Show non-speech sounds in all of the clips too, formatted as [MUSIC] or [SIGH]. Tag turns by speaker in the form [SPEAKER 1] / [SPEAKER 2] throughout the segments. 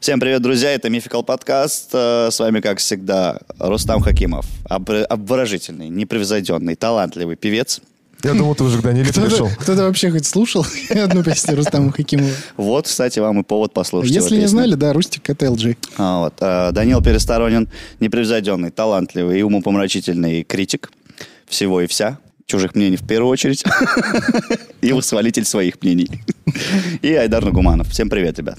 [SPEAKER 1] Всем привет, друзья, это Мификал подкаст. Э, С вами, как всегда, Рустам Хакимов. Обр- Обворожительный, непревзойденный, талантливый певец.
[SPEAKER 2] Я думал, ты уже
[SPEAKER 1] [LAUGHS]
[SPEAKER 2] к Даниле
[SPEAKER 3] Кто-то,
[SPEAKER 2] перешел.
[SPEAKER 3] кто-то вообще хоть слушал [LAUGHS] одну песню Рустама Хакимова?
[SPEAKER 1] Вот, кстати, вам и повод послушать его
[SPEAKER 3] Если не
[SPEAKER 1] песню.
[SPEAKER 3] знали, да, Рустик это LG.
[SPEAKER 1] А, вот, э, Данил Пересторонин, непревзойденный, талантливый и умопомрачительный критик всего и вся. Чужих мнений в первую очередь. [LAUGHS] И восхвалитель своих мнений. И Айдар Нагуманов. Всем привет, ребят.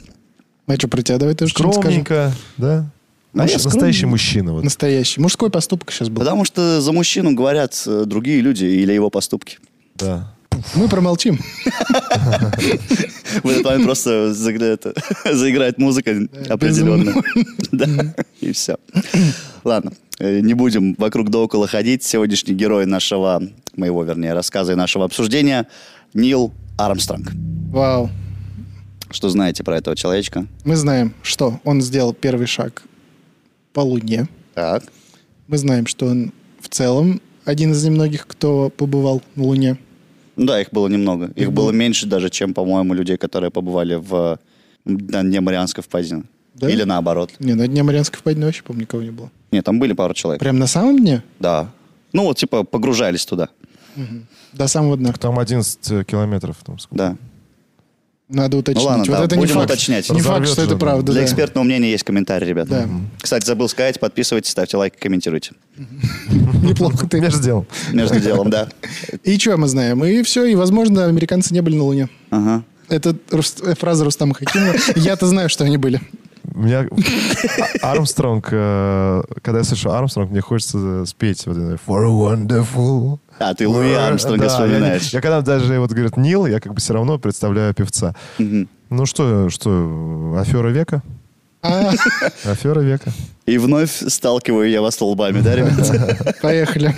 [SPEAKER 3] А что, про тебя давай тоже что-нибудь скажем.
[SPEAKER 2] Скромненько, да?
[SPEAKER 1] А
[SPEAKER 2] Муж-
[SPEAKER 1] я скромный.
[SPEAKER 2] настоящий мужчина. Вот.
[SPEAKER 3] Настоящий. Мужской поступок сейчас был.
[SPEAKER 1] Потому что за мужчину говорят э, другие люди или его поступки.
[SPEAKER 2] Да.
[SPEAKER 3] Мы промолчим.
[SPEAKER 1] В этот момент просто загля- это, [LAUGHS] заиграет музыка определенная. [LAUGHS] Да, и все. Ладно, э, не будем вокруг да около ходить. Сегодняшний герой нашего, моего, вернее, рассказа и нашего обсуждения Нил Армстронг.
[SPEAKER 3] Вау.
[SPEAKER 1] Что знаете про этого человечка?
[SPEAKER 3] Мы знаем, что он сделал первый шаг по Луне.
[SPEAKER 1] Так.
[SPEAKER 3] Мы знаем, что он в целом один из немногих, кто побывал на Луне.
[SPEAKER 1] Ну Да, их было немного. Их
[SPEAKER 3] Их
[SPEAKER 1] было
[SPEAKER 3] было-
[SPEAKER 1] меньше даже, чем, по-моему, людей, которые побывали в на дне Марианской впадины.
[SPEAKER 3] Да?
[SPEAKER 1] Или наоборот.
[SPEAKER 3] Не, на дне Марианской впадины вообще, по-моему, никого не было.
[SPEAKER 1] Нет, там были пару человек.
[SPEAKER 3] Прям на самом дне?
[SPEAKER 1] Да. Ну вот, типа, погружались туда.
[SPEAKER 3] До самого дна.
[SPEAKER 2] Там 11 э, километров. Там сколько?
[SPEAKER 1] Да.
[SPEAKER 3] Надо уточнить.
[SPEAKER 1] Ну ладно,
[SPEAKER 3] вот
[SPEAKER 1] да,
[SPEAKER 3] это не
[SPEAKER 1] будем
[SPEAKER 3] факт.
[SPEAKER 1] уточнять.
[SPEAKER 3] Не факт,
[SPEAKER 2] Разорвет
[SPEAKER 3] что
[SPEAKER 2] же,
[SPEAKER 3] это
[SPEAKER 2] да.
[SPEAKER 3] правда.
[SPEAKER 1] Для
[SPEAKER 3] да.
[SPEAKER 1] экспертного мнения есть комментарий, ребят.
[SPEAKER 3] Да.
[SPEAKER 1] Кстати, забыл сказать, подписывайтесь, ставьте лайк, комментируйте.
[SPEAKER 3] [LAUGHS] Неплохо ты.
[SPEAKER 2] Между делом.
[SPEAKER 3] [LAUGHS]
[SPEAKER 1] Между делом, да.
[SPEAKER 3] И что мы знаем? И все, и, возможно, американцы не были на Луне.
[SPEAKER 1] Ага.
[SPEAKER 3] Это Рус- э, фраза Рустама Хакимова. Я-то знаю, что они были.
[SPEAKER 2] У
[SPEAKER 1] [LAUGHS]
[SPEAKER 2] меня А- Армстронг, э, когда я слышу Армстронг, мне хочется э, спеть вот это For a wonderful.
[SPEAKER 1] А, ты Луи
[SPEAKER 2] world».
[SPEAKER 1] Армстронга
[SPEAKER 2] Да, я не-
[SPEAKER 1] вспоминаешь.
[SPEAKER 2] Я когда даже вот говорит Нил, я как бы все равно представляю певца.
[SPEAKER 1] Мгм.
[SPEAKER 2] Ну что, что, афера века?
[SPEAKER 3] А,
[SPEAKER 2] Афера века.
[SPEAKER 1] И вновь сталкиваю я вас лбами, да, ребят?
[SPEAKER 3] поехали.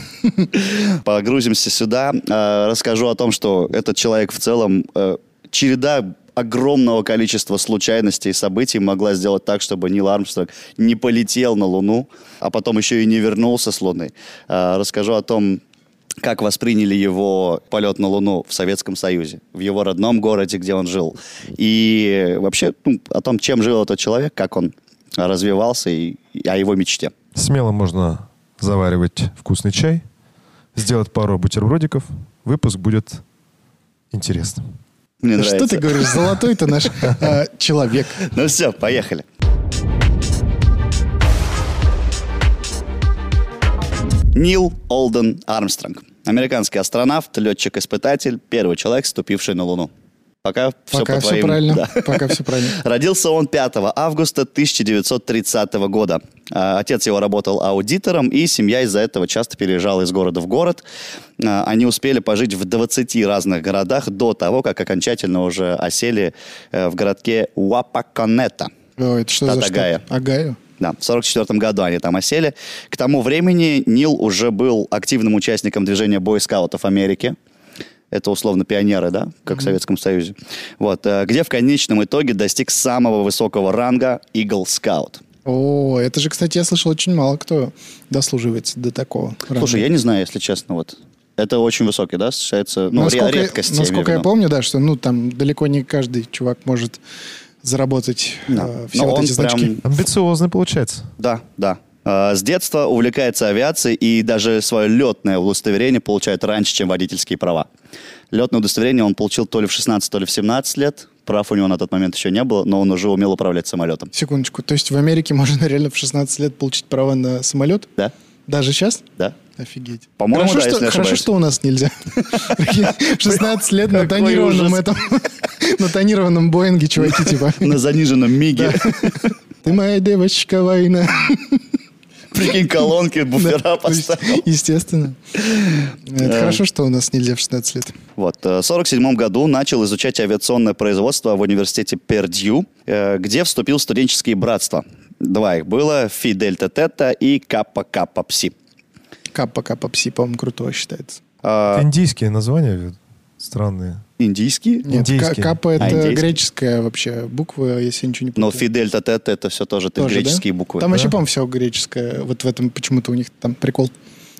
[SPEAKER 1] Погрузимся сюда. Э, Расскажу о том, что этот человек в целом э, череда огромного количества случайностей и событий могла сделать так, чтобы Нил Армстронг не полетел на Луну, а потом еще и не вернулся с Луны. Э, Расскажу о том, как восприняли его полет на Луну в Советском Союзе, в его родном городе, где он жил. И вообще ну, о том, чем жил этот человек, как он развивался и, и о его мечте.
[SPEAKER 2] Смело можно заваривать вкусный чай, сделать пару бутербродиков. Выпуск будет интересным.
[SPEAKER 1] Мне
[SPEAKER 3] Что
[SPEAKER 1] нравится.
[SPEAKER 3] ты говоришь? Золотой-то наш а, человек.
[SPEAKER 1] Ну все, поехали. Нил Олден Армстронг. Американский астронавт, летчик-испытатель, первый человек, ступивший на Луну. Пока,
[SPEAKER 3] Пока
[SPEAKER 1] по
[SPEAKER 3] все
[SPEAKER 1] твоим-
[SPEAKER 3] правильно.
[SPEAKER 1] Да.
[SPEAKER 3] Пока все правильно.
[SPEAKER 1] [LAUGHS] Родился он 5 августа 1930 года. А, Отец его работал аудитором, и семья из-за этого часто переезжала из города в город. А, Они успели пожить в 20 разных городах до того, как окончательно уже осели э, в городке Уапаконета.
[SPEAKER 3] О, Э, это что за
[SPEAKER 1] Штат Огайо.
[SPEAKER 3] штат? Агаю.
[SPEAKER 1] Да, в 1944 году они там осели. К тому времени Нил уже был активным участником движения бойскаутов Америки. Это условно пионеры, да, как в Советском Союзе. Вот, э, где в конечном итоге достиг самого высокого ранга Eagle Scout.
[SPEAKER 3] О, это же, кстати, я слышал, очень мало кто дослуживается до такого. ранга.
[SPEAKER 1] Слушай, я не знаю, если честно, вот. Это очень высокий, да, считается, ну, ре-
[SPEAKER 3] насколько,
[SPEAKER 1] редкость. я имею
[SPEAKER 3] насколько я
[SPEAKER 1] в виду.
[SPEAKER 3] помню, да, что ну там далеко не каждый чувак может заработать
[SPEAKER 1] Да.
[SPEAKER 3] а, все
[SPEAKER 1] Но
[SPEAKER 3] вот
[SPEAKER 1] он
[SPEAKER 3] эти значки.
[SPEAKER 1] прям
[SPEAKER 2] Амбициозный получается.
[SPEAKER 1] Да, да. Э, С детства увлекается авиацией и даже свое летное удостоверение получает раньше, чем водительские права. Летное удостоверение он получил то ли в 16, то ли в 17 лет. Прав у него на тот момент еще не было, но он уже умел управлять самолетом.
[SPEAKER 3] Секундочку. То есть в Америке можно реально в 16 лет получить права на самолет?
[SPEAKER 1] Да?
[SPEAKER 3] Даже сейчас?
[SPEAKER 1] Да?
[SPEAKER 3] Офигеть.
[SPEAKER 1] По-моему,
[SPEAKER 3] хорошо,
[SPEAKER 1] да,
[SPEAKER 3] что,
[SPEAKER 1] если не
[SPEAKER 3] хорошо,
[SPEAKER 1] ошибаюсь.
[SPEAKER 3] что у
[SPEAKER 1] [LAUGHS]
[SPEAKER 3] нас нельзя. 16 лет на
[SPEAKER 1] Какой
[SPEAKER 3] тонированном
[SPEAKER 1] ужас.
[SPEAKER 3] этом, [LAUGHS] на тонированном Боинге, чуваки, типа.
[SPEAKER 1] [LAUGHS] На заниженном миге.
[SPEAKER 3] Ты моя девочка, война.
[SPEAKER 1] [LAUGHS] Прикинь, колонки, буфера
[SPEAKER 3] То есть,
[SPEAKER 1] поставил.
[SPEAKER 3] Естественно. Это хорошо, что у нас нельзя в 16 лет.
[SPEAKER 1] Вот. э, В 1947 году начал изучать авиационное производство в университете Пердью, э, где вступил в студенческие братства. Два их было, Фи Дельта Тета и Каппа Каппа Пси.
[SPEAKER 3] Капа, капа, пси, по-моему, крутого считается.
[SPEAKER 1] Э,
[SPEAKER 2] Это Индийские названия странные.
[SPEAKER 1] Индийские?
[SPEAKER 3] Нет,
[SPEAKER 2] Индийский.
[SPEAKER 3] ка- капа
[SPEAKER 1] А,
[SPEAKER 3] это
[SPEAKER 1] индийский.
[SPEAKER 3] греческая вообще буква, если я ничего не
[SPEAKER 1] Но
[SPEAKER 3] помню.
[SPEAKER 1] фи, дельта, тета — это все тоже, ты греческие буквы.
[SPEAKER 2] да?
[SPEAKER 3] Там вообще, по-моему, все греческое. Вот в этом почему-то у них там прикол.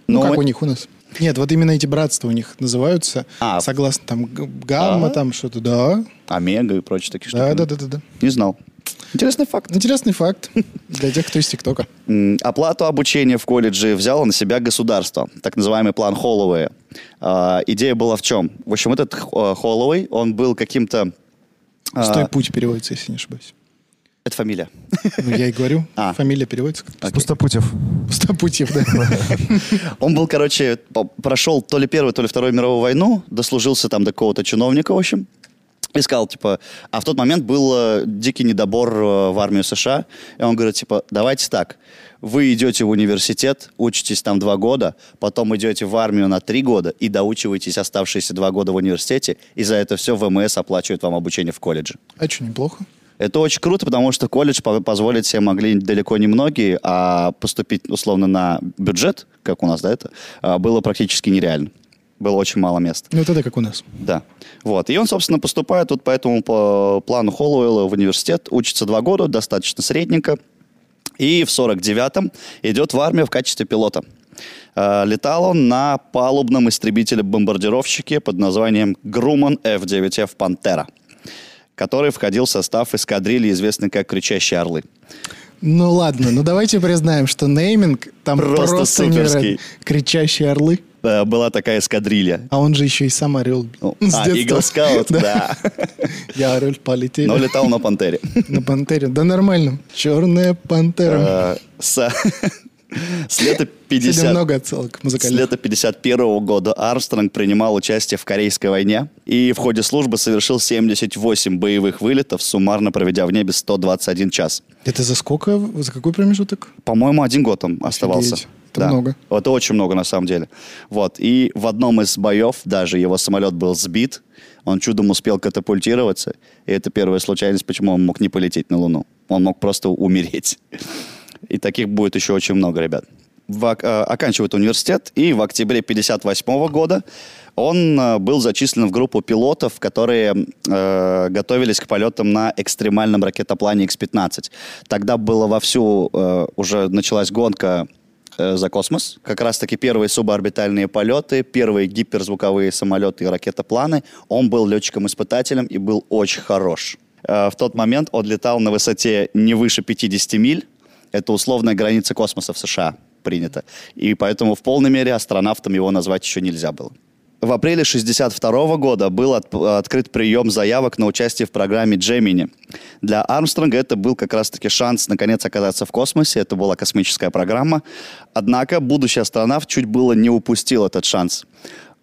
[SPEAKER 3] Ну,
[SPEAKER 1] Но
[SPEAKER 3] как
[SPEAKER 1] мы-
[SPEAKER 3] у них у нас. Нет, вот именно эти братства у них называются.
[SPEAKER 1] А.
[SPEAKER 3] Согласно там г- гамма,
[SPEAKER 1] Да?
[SPEAKER 3] там что-то. Да,
[SPEAKER 1] Омега и прочие такие штуки.
[SPEAKER 3] да, да, да, да, да.
[SPEAKER 1] Не знал. Интересный факт.
[SPEAKER 3] Интересный факт для тех, кто из ТикТока.
[SPEAKER 1] М, Оплату обучения в колледже взяло на себя государство, так называемый план Холлоуэя. А, идея была в чем? В общем, этот Х- э, Холлоуэй, он был каким-то... [LAUGHS] а,
[SPEAKER 3] Стой путь переводится, если не ошибаюсь.
[SPEAKER 1] Это фамилия.
[SPEAKER 3] Ну, я и говорю.
[SPEAKER 1] [LAUGHS] А.
[SPEAKER 3] Фамилия переводится как
[SPEAKER 1] Окей.
[SPEAKER 2] Пустопутев.
[SPEAKER 3] Пустопутьев, да.
[SPEAKER 1] Он был, короче, по- прошел то ли Первую, то ли Вторую мировую войну, дослужился там до какого-то чиновника, в общем, и сказал, типа, а в тот момент был э, дикий недобор э, в армию США, и он говорит, типа, давайте так, вы идете в университет, учитесь там два года, потом идете в армию на три года и доучиваетесь оставшиеся два года в университете, и за это все ВМС оплачивает вам обучение в колледже.
[SPEAKER 3] А что, неплохо?
[SPEAKER 1] Это очень круто, потому что колледж по- позволить себе могли далеко не многие, а поступить условно на бюджет, как у нас, да, это, а, было практически нереально. Было очень мало мест.
[SPEAKER 3] Ну, вот это как у нас.
[SPEAKER 1] Да. Вот. И он, собственно, поступает вот по этому по плану Холлоуэлла в университет, учится два года, достаточно средненько. И в 49-м идет в армию в качестве пилота. Э, Летал он на палубном истребителе-бомбардировщике под названием Груман F-9F «Пантера», который входил в состав эскадрильи, известной как «Кричащие орлы».
[SPEAKER 3] Ну ладно, ну давайте признаем, что нейминг там
[SPEAKER 1] Просто
[SPEAKER 3] просто, невероятный.
[SPEAKER 1] суперский.
[SPEAKER 3] Кричащие орлы,
[SPEAKER 1] Э, Была такая эскадрилья.
[SPEAKER 3] а он же еще и сам орел.
[SPEAKER 1] Ну,
[SPEAKER 3] С
[SPEAKER 1] а,
[SPEAKER 3] детства.
[SPEAKER 1] Eagle
[SPEAKER 3] [LAUGHS]
[SPEAKER 1] Scout, да.
[SPEAKER 3] Я орел полетели
[SPEAKER 1] Но летал на «Пантере».
[SPEAKER 3] на пантере. Да нормально. Черная
[SPEAKER 1] Э,
[SPEAKER 3] пантера.
[SPEAKER 1] С [LAUGHS] с лета
[SPEAKER 3] Сегодня
[SPEAKER 1] 50
[SPEAKER 3] много отсылок
[SPEAKER 1] С
[SPEAKER 3] музыкальных.
[SPEAKER 1] лета 51 года Армстронг принимал участие в Корейской войне и в ходе службы совершил 78 боевых вылетов, суммарно проведя в небе 121 час.
[SPEAKER 3] Это за сколько? За какой промежуток?
[SPEAKER 1] По-моему, один год он оставался.
[SPEAKER 3] Офигеть. Это много.
[SPEAKER 1] Это очень много на самом деле. Вот. И в одном из боев даже его самолет был сбит. Он чудом успел катапультироваться. И это первая случайность, почему он мог не полететь на Луну. Он мог просто умереть. И таких будет еще очень много, ребят. В ок- э, оканчивает университет, и в октябре 58 года он э, был зачислен в группу пилотов, которые э, готовились к полетам на экстремальном ракетоплане X-15. Тогда было вовсю, э, уже началась гонка э, за космос. Как раз-таки первые суборбитальные полеты, первые гиперзвуковые самолеты и ракетопланы. Он был летчиком-испытателем и был очень хорош. Э, В тот момент он летал на высоте не выше 50 миль. Это условная граница космоса в США принята. И поэтому в полной мере астронавтом его назвать еще нельзя было. В апреле 1962 года был отп- открыт прием заявок на участие в программе Джемини. Для Армстронга это был как раз-таки шанс наконец оказаться в космосе. Это была космическая программа. Однако будущий астронавт чуть было не упустил этот шанс.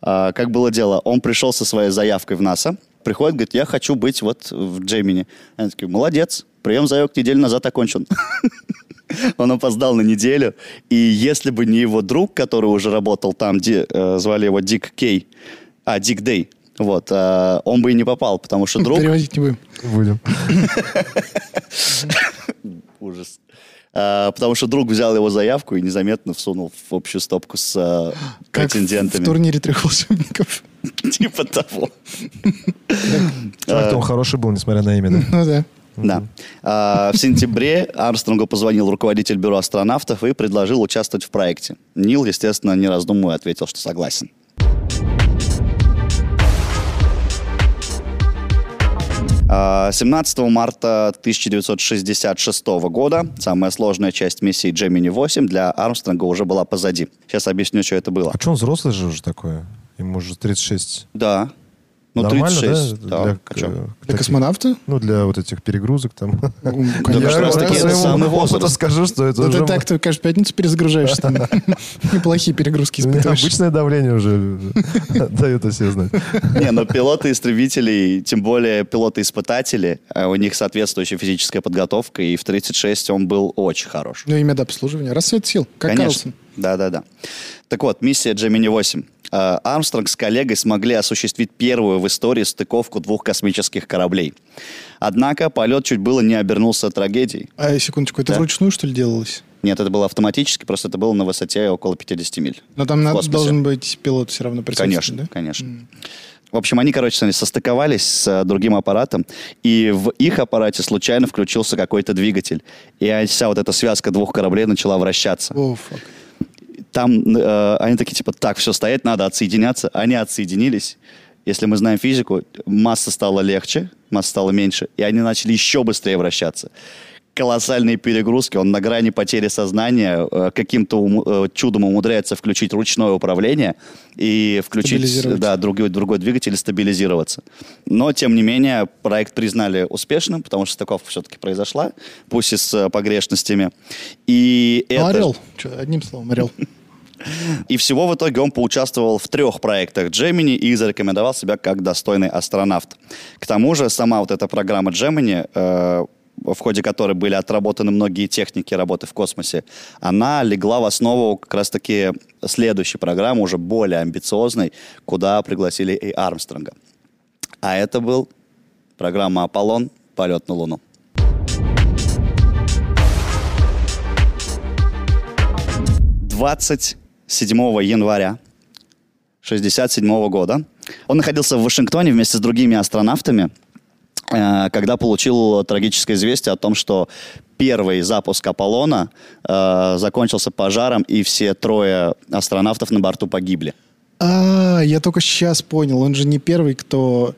[SPEAKER 1] А, Как было дело? Он пришел со своей заявкой в НАСА, приходит, говорит, я хочу быть вот в Джемини. Они такие, молодец, прием заявок неделю назад окончен. Он опоздал на неделю, и если бы не его друг, который уже работал там, Ди- э, звали его Дик Кей, а, Дик Дей, вот, э, он бы и не попал, потому что друг...
[SPEAKER 3] Переводить не будем.
[SPEAKER 2] Будем.
[SPEAKER 1] [LAUGHS] Ужас. Э, Потому что друг взял его заявку и незаметно всунул в общую стопку с э,
[SPEAKER 3] Как в, в
[SPEAKER 1] претендентами.
[SPEAKER 3] турнире трех волшебников.
[SPEAKER 1] [LAUGHS]
[SPEAKER 3] [LAUGHS]
[SPEAKER 1] Типа того.
[SPEAKER 2] Человек-то
[SPEAKER 1] А-
[SPEAKER 2] он хороший был, несмотря на имя. да?
[SPEAKER 3] Ну да.
[SPEAKER 1] Да. А, в сентябре Армстронгу позвонил руководитель бюро астронавтов и предложил участвовать в проекте. Нил, естественно, не раздумывая, ответил, что согласен. А, 17 марта 1966 года самая сложная часть миссии Джемини-8 для Армстронга уже была позади. Сейчас объясню, что это было.
[SPEAKER 2] А что он взрослый же уже такое? Ему уже 36.
[SPEAKER 1] Да. Ну,
[SPEAKER 2] Нормально,
[SPEAKER 1] 36.
[SPEAKER 2] да?
[SPEAKER 1] да.
[SPEAKER 2] Для,
[SPEAKER 1] А чё?
[SPEAKER 2] э,
[SPEAKER 3] Для
[SPEAKER 2] таких-
[SPEAKER 3] космонавта?
[SPEAKER 2] Ну, для вот этих перегрузок там. [LAUGHS]
[SPEAKER 3] Ну,
[SPEAKER 1] как
[SPEAKER 3] конечно.
[SPEAKER 1] раз таки это
[SPEAKER 2] своему
[SPEAKER 1] самый
[SPEAKER 2] опыту
[SPEAKER 1] возраст.
[SPEAKER 2] скажу, что это
[SPEAKER 3] Да
[SPEAKER 2] уже
[SPEAKER 3] ты
[SPEAKER 2] [LAUGHS]
[SPEAKER 3] так, ты каждую пятницу перезагружаешься. там. [LAUGHS] Неплохие перегрузки
[SPEAKER 2] у меня
[SPEAKER 3] испытываешь.
[SPEAKER 2] обычное давление уже [LAUGHS] дает о себе знать.
[SPEAKER 1] Не, но пилоты истребителей, тем более пилоты-испытатели, э, у них соответствующая физическая подготовка, и в 36 он был очень хорош.
[SPEAKER 3] Ну и медобслуживание. Рассвет сил, как
[SPEAKER 1] Конечно.
[SPEAKER 3] Карлсон.
[SPEAKER 1] Да-да-да. Так вот, миссия Gemini-8. Э, Армстронг с коллегой смогли осуществить первую в истории стыковку двух космических кораблей. Однако полет чуть было не обернулся трагедией.
[SPEAKER 3] А, секундочку, это
[SPEAKER 1] Да.
[SPEAKER 3] вручную, что ли, делалось?
[SPEAKER 1] Нет, это было автоматически, просто это было на высоте около 50 миль.
[SPEAKER 3] Но там
[SPEAKER 1] в
[SPEAKER 3] надо-
[SPEAKER 1] космосе.
[SPEAKER 3] должен быть пилот все равно присутствовать,
[SPEAKER 1] Конечно,
[SPEAKER 3] да?
[SPEAKER 1] конечно.
[SPEAKER 3] М.
[SPEAKER 1] В общем, они, короче, смотри, состыковались с э, другим аппаратом, и в их аппарате случайно включился какой-то двигатель. И они- вся вот эта связка двух кораблей начала вращаться.
[SPEAKER 3] О, фак.
[SPEAKER 1] Там э, они такие, типа, так, все, стоять надо, отсоединяться. Они отсоединились. Если мы знаем физику, масса стала легче, масса стала меньше, и они начали еще быстрее вращаться. Колоссальные перегрузки, он на грани потери сознания, э, каким-то уму- э, чудом умудряется включить ручное управление и включить
[SPEAKER 3] Стабилизировать.
[SPEAKER 1] да, другой, другой двигатель и стабилизироваться. Но, тем не менее, проект признали успешным, потому что стыковка все-таки произошла, пусть и с э, погрешностями. И
[SPEAKER 3] Ну,
[SPEAKER 1] это-
[SPEAKER 3] орел. Чё, одним словом, орел.
[SPEAKER 1] и всего в итоге он поучаствовал в трех проектах Gemini и зарекомендовал себя как достойный астронавт. К тому же сама вот эта программа Gemini, э, в ходе которой были отработаны многие техники работы в космосе, она легла в основу как раз-таки следующей программы, уже более амбициозной, куда пригласили и Армстронга. А это был программа «Аполлон. Полет на Луну». «27 января 1967 года. Он находился в Вашингтоне вместе с другими астронавтами, э, когда получил трагическое известие о том, что первый запуск Аполлона э, закончился пожаром, и все трое астронавтов на борту погибли.
[SPEAKER 3] А, я только сейчас понял. Он же не первый, кто...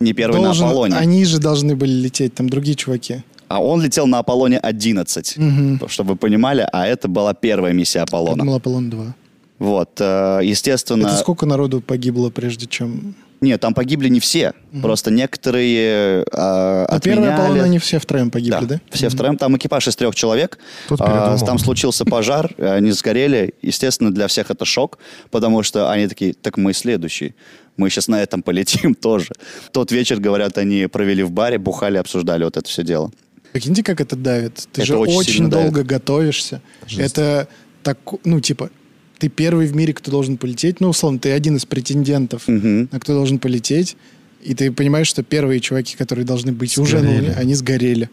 [SPEAKER 1] Не первый
[SPEAKER 3] должен-
[SPEAKER 1] на Аполлоне.
[SPEAKER 3] Они же должны были лететь, там другие чуваки.
[SPEAKER 1] А он летел на Аполлоне 11,
[SPEAKER 3] Мгм.
[SPEAKER 1] чтобы вы понимали, а это была первая миссия
[SPEAKER 3] Я
[SPEAKER 1] Аполлона.
[SPEAKER 3] думал, Аполлон 2.
[SPEAKER 1] Вот, э, естественно...
[SPEAKER 3] Это сколько народу погибло, прежде чем...
[SPEAKER 1] Нет, там погибли не все, просто некоторые э,
[SPEAKER 3] А первый
[SPEAKER 1] отменяли.
[SPEAKER 3] Аполлон, они все втроем погибли, да?
[SPEAKER 1] Все втроем. Там экипаж из трех человек.
[SPEAKER 2] Тот
[SPEAKER 1] А,
[SPEAKER 2] передумал.
[SPEAKER 1] там случился пожар, [LAUGHS] и они сгорели. Естественно, для всех это шок, потому что они такие, так мы следующие. Мы сейчас на этом полетим [LAUGHS] тоже. Тот вечер, говорят, они провели в баре, бухали, обсуждали вот это все дело.
[SPEAKER 3] Прикиньте, как это давит. Ты
[SPEAKER 1] Это
[SPEAKER 3] же
[SPEAKER 1] очень
[SPEAKER 3] очень,
[SPEAKER 1] сильно давит.
[SPEAKER 3] долго готовишься. Это так, ну, типа, ты первый в мире, кто должен полететь. Ну, условно, ты один из претендентов,
[SPEAKER 1] Мгм.
[SPEAKER 3] на кто должен полететь. И ты понимаешь, что первые чуваки, которые должны быть уже на
[SPEAKER 2] Сгорели.
[SPEAKER 3] Луне, они сгорели.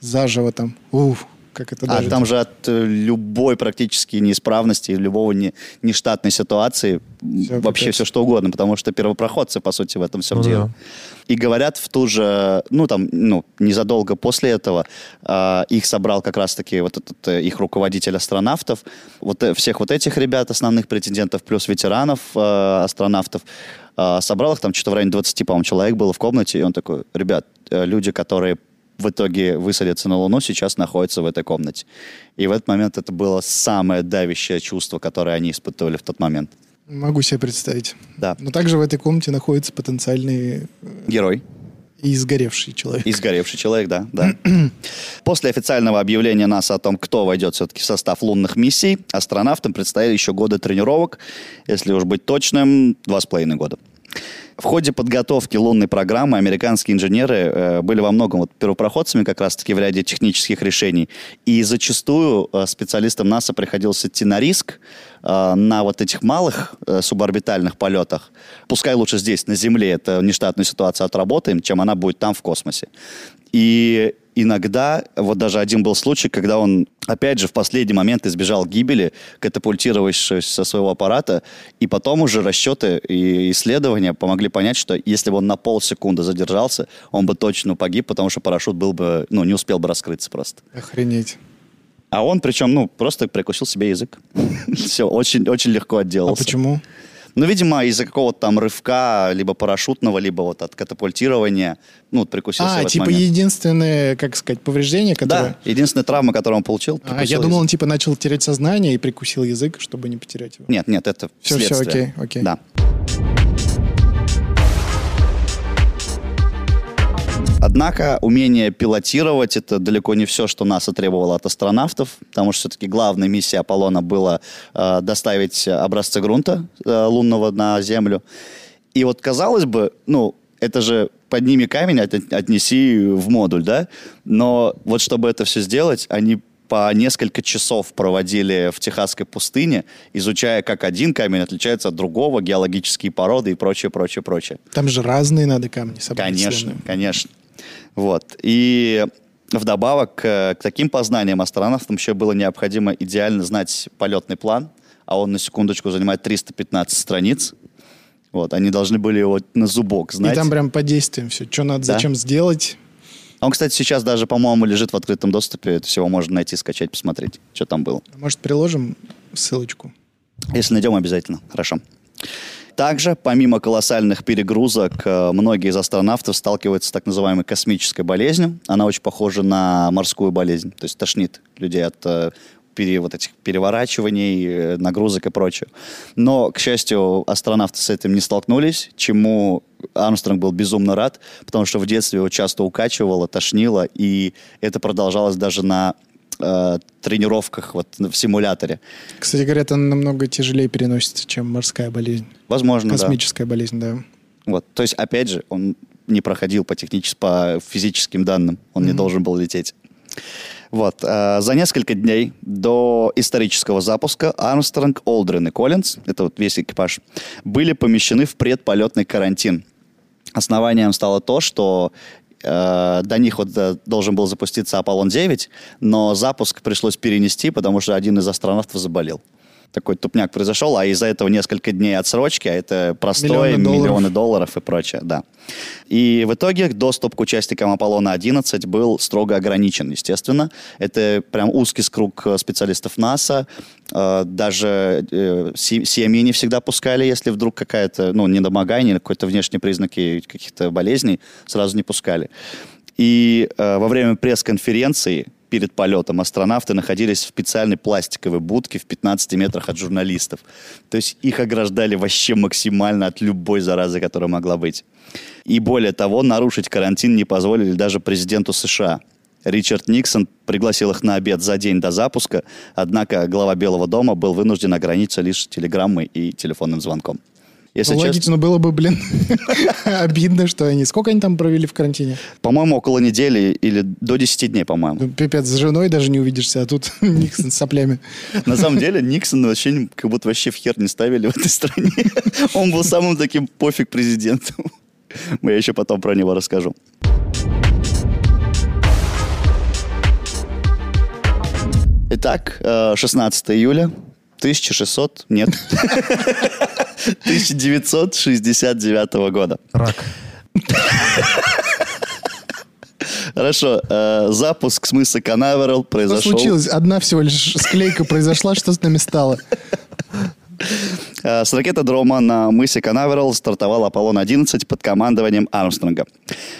[SPEAKER 3] Заживо там. Уф, как это
[SPEAKER 1] А
[SPEAKER 3] даже.
[SPEAKER 1] там же от э, любой практически неисправности, любого не, нештатной ситуации, м,
[SPEAKER 3] Всё,
[SPEAKER 1] вообще
[SPEAKER 3] капец.
[SPEAKER 1] все что угодно, потому что первопроходцы, по сути, в этом всем
[SPEAKER 2] Ну да.
[SPEAKER 1] дело. И говорят в ту же, ну там, ну, незадолго после этого а, их собрал как раз-таки вот этот э, их руководитель астронавтов, вот э, всех вот этих ребят, основных претендентов, плюс ветеранов э, астронавтов, а, собрал их там что-то в районе 20, по-моему, человек было в комнате, и он такой, ребят, э, люди, которые в итоге высадятся на Луну, сейчас находятся в этой комнате. И в этот момент это было самое давящее чувство, которое они испытывали в тот момент.
[SPEAKER 3] Могу себе представить.
[SPEAKER 1] Да,
[SPEAKER 3] Но также в этой комнате находится потенциальный
[SPEAKER 1] герой.
[SPEAKER 3] и сгоревший человек.
[SPEAKER 1] И сгоревший человек, да, да. После официального объявления НАСА о том, кто войдет все-таки в состав лунных миссий, астронавтам предстояли еще годы тренировок, если уж быть точным, два с половиной года. В ходе подготовки лунной программы американские инженеры э, были во многом вот первопроходцами как раз-таки в ряде технических решений. И зачастую э, специалистам НАСА приходилось идти на риск э, на вот этих малых э, суборбитальных полетах. Пускай лучше здесь, на Земле, это нештатную ситуацию отработаем, чем она будет там в космосе. И иногда, вот даже один был случай, когда он, опять же, в последний момент избежал гибели, катапультировавшись со своего аппарата, и потом уже расчеты и исследования помогли понять, что если бы он на полсекунды задержался, он бы точно погиб, потому что парашют был бы, ну, не успел бы раскрыться просто.
[SPEAKER 3] Охренеть.
[SPEAKER 1] А он, причем, ну, просто прикусил себе язык. [LAUGHS] Все, очень, очень легко
[SPEAKER 3] А
[SPEAKER 1] отделался.
[SPEAKER 3] почему?
[SPEAKER 1] Ну, видимо, из-за какого-то там рывка, либо парашютного, либо вот от катапультирования, ну, вот прикусился в
[SPEAKER 3] А,
[SPEAKER 1] этот
[SPEAKER 3] типа
[SPEAKER 1] момент.
[SPEAKER 3] единственное, как сказать, повреждение, которое...
[SPEAKER 1] Да, единственная травма, которую он получил,
[SPEAKER 3] А,
[SPEAKER 1] прикусил
[SPEAKER 3] я думал,
[SPEAKER 1] язык.
[SPEAKER 3] он типа начал терять сознание и прикусил язык, чтобы не потерять его.
[SPEAKER 1] Нет, нет, это
[SPEAKER 3] Всё, всё,
[SPEAKER 1] следствие.
[SPEAKER 3] окей, окей.
[SPEAKER 1] Да. Однако умение пилотировать это далеко не все, что НАСА требовало от астронавтов, потому что все-таки главной миссией Аполлона было э, доставить образцы грунта э, лунного на Землю. И вот казалось бы, ну, это же подними камень, от- отнеси в модуль, да? Но вот чтобы это все сделать, они по несколько часов проводили в техасской пустыне, изучая, как один камень отличается от другого, геологические породы и прочее, прочее, прочее.
[SPEAKER 3] Там же разные надо камни собрать.
[SPEAKER 1] Конечно,
[SPEAKER 3] сложные.
[SPEAKER 1] конечно. Вот. И вдобавок э, к таким познаниям астронавтам еще было необходимо идеально знать полетный план, а он, на секундочку, занимает 315 страниц. Вот, они должны были его на зубок знать.
[SPEAKER 3] И там прям по действиям все. Что надо,
[SPEAKER 1] Да.
[SPEAKER 3] зачем сделать.
[SPEAKER 1] Он, кстати, сейчас даже, по-моему, лежит в открытом доступе. Это всего можно найти, скачать, посмотреть, что там было.
[SPEAKER 3] Может, приложим ссылочку?
[SPEAKER 1] Если найдем, обязательно. Хорошо. Также, помимо колоссальных перегрузок, э, многие из астронавтов сталкиваются с так называемой космической болезнью. Она очень похожа на морскую болезнь, то есть тошнит людей от э, пере- вот этих переворачиваний, э, нагрузок и прочего. Но, к счастью, астронавты с этим не столкнулись, чему Армстронг был безумно рад, потому что в детстве его часто укачивало, тошнило, и это продолжалось даже на э, тренировках вот в симуляторе.
[SPEAKER 3] Кстати, говорят, она намного тяжелее переносится, чем морская болезнь.
[SPEAKER 1] Возможно, Ну да.
[SPEAKER 3] Космическая болезнь, да.
[SPEAKER 1] Вот. То есть, опять же, он не проходил по, техничес- по физическим данным, он не
[SPEAKER 3] Мгм.
[SPEAKER 1] должен был лететь. Вот. э, За несколько дней до исторического запуска Армстронг, Олдрин и Коллинз, это вот весь экипаж, были помещены в предполетный карантин. Основанием стало то, что э, до них вот э, должен был запуститься Аполлон-9, но запуск пришлось перенести, потому что один из астронавтов заболел. Такой тупняк произошел, а из-за этого несколько дней отсрочки, а это простой,
[SPEAKER 3] Миллионы долларов.
[SPEAKER 1] миллионы долларов и прочее, да. И в итоге доступ к участникам Аполлона-11 был строго ограничен, естественно. Это прям узкий круг э, специалистов НАСА. Э, Даже э, се- семьи не всегда пускали, если вдруг какая-то, ну, недомогание или какой-то внешние признаки каких-то болезней, сразу не пускали. И э, во время пресс-конференции перед полетом астронавты находились в специальной пластиковой будке в 15 метрах от журналистов. То есть их ограждали вообще максимально от любой заразы, которая могла быть. И более того, нарушить карантин не позволили даже президенту США. Ричард Никсон пригласил их на обед за день до запуска, однако глава Белого дома был вынужден ограничиться лишь телеграммой и телефонным звонком. Если
[SPEAKER 3] Ну,
[SPEAKER 1] честно,
[SPEAKER 3] Логично было бы, блин, [LAUGHS] обидно, что они... Сколько они там провели в карантине?
[SPEAKER 1] по-моему, около недели или до 10 дней, по-моему.
[SPEAKER 3] Ну, Пипец, с женой даже не увидишься, а тут [LAUGHS] Никсон с соплями.
[SPEAKER 1] На самом деле, Никсон вообще не- как будто вообще в хер не ставили в этой стране. Он был самым таким пофиг президентом. Мы еще потом про него расскажу. Итак, э, 16 июля 1600, нет, 1969 года.
[SPEAKER 2] Рак.
[SPEAKER 1] Хорошо, э, запуск с мыса Канаверал
[SPEAKER 3] Что
[SPEAKER 1] произошел...
[SPEAKER 3] Ну, случилось? Одна всего лишь склейка произошла, что с нами стало?
[SPEAKER 1] Э, С ракетодрома на мысе Канаверал стартовал Аполлон-11 под командованием Армстронга.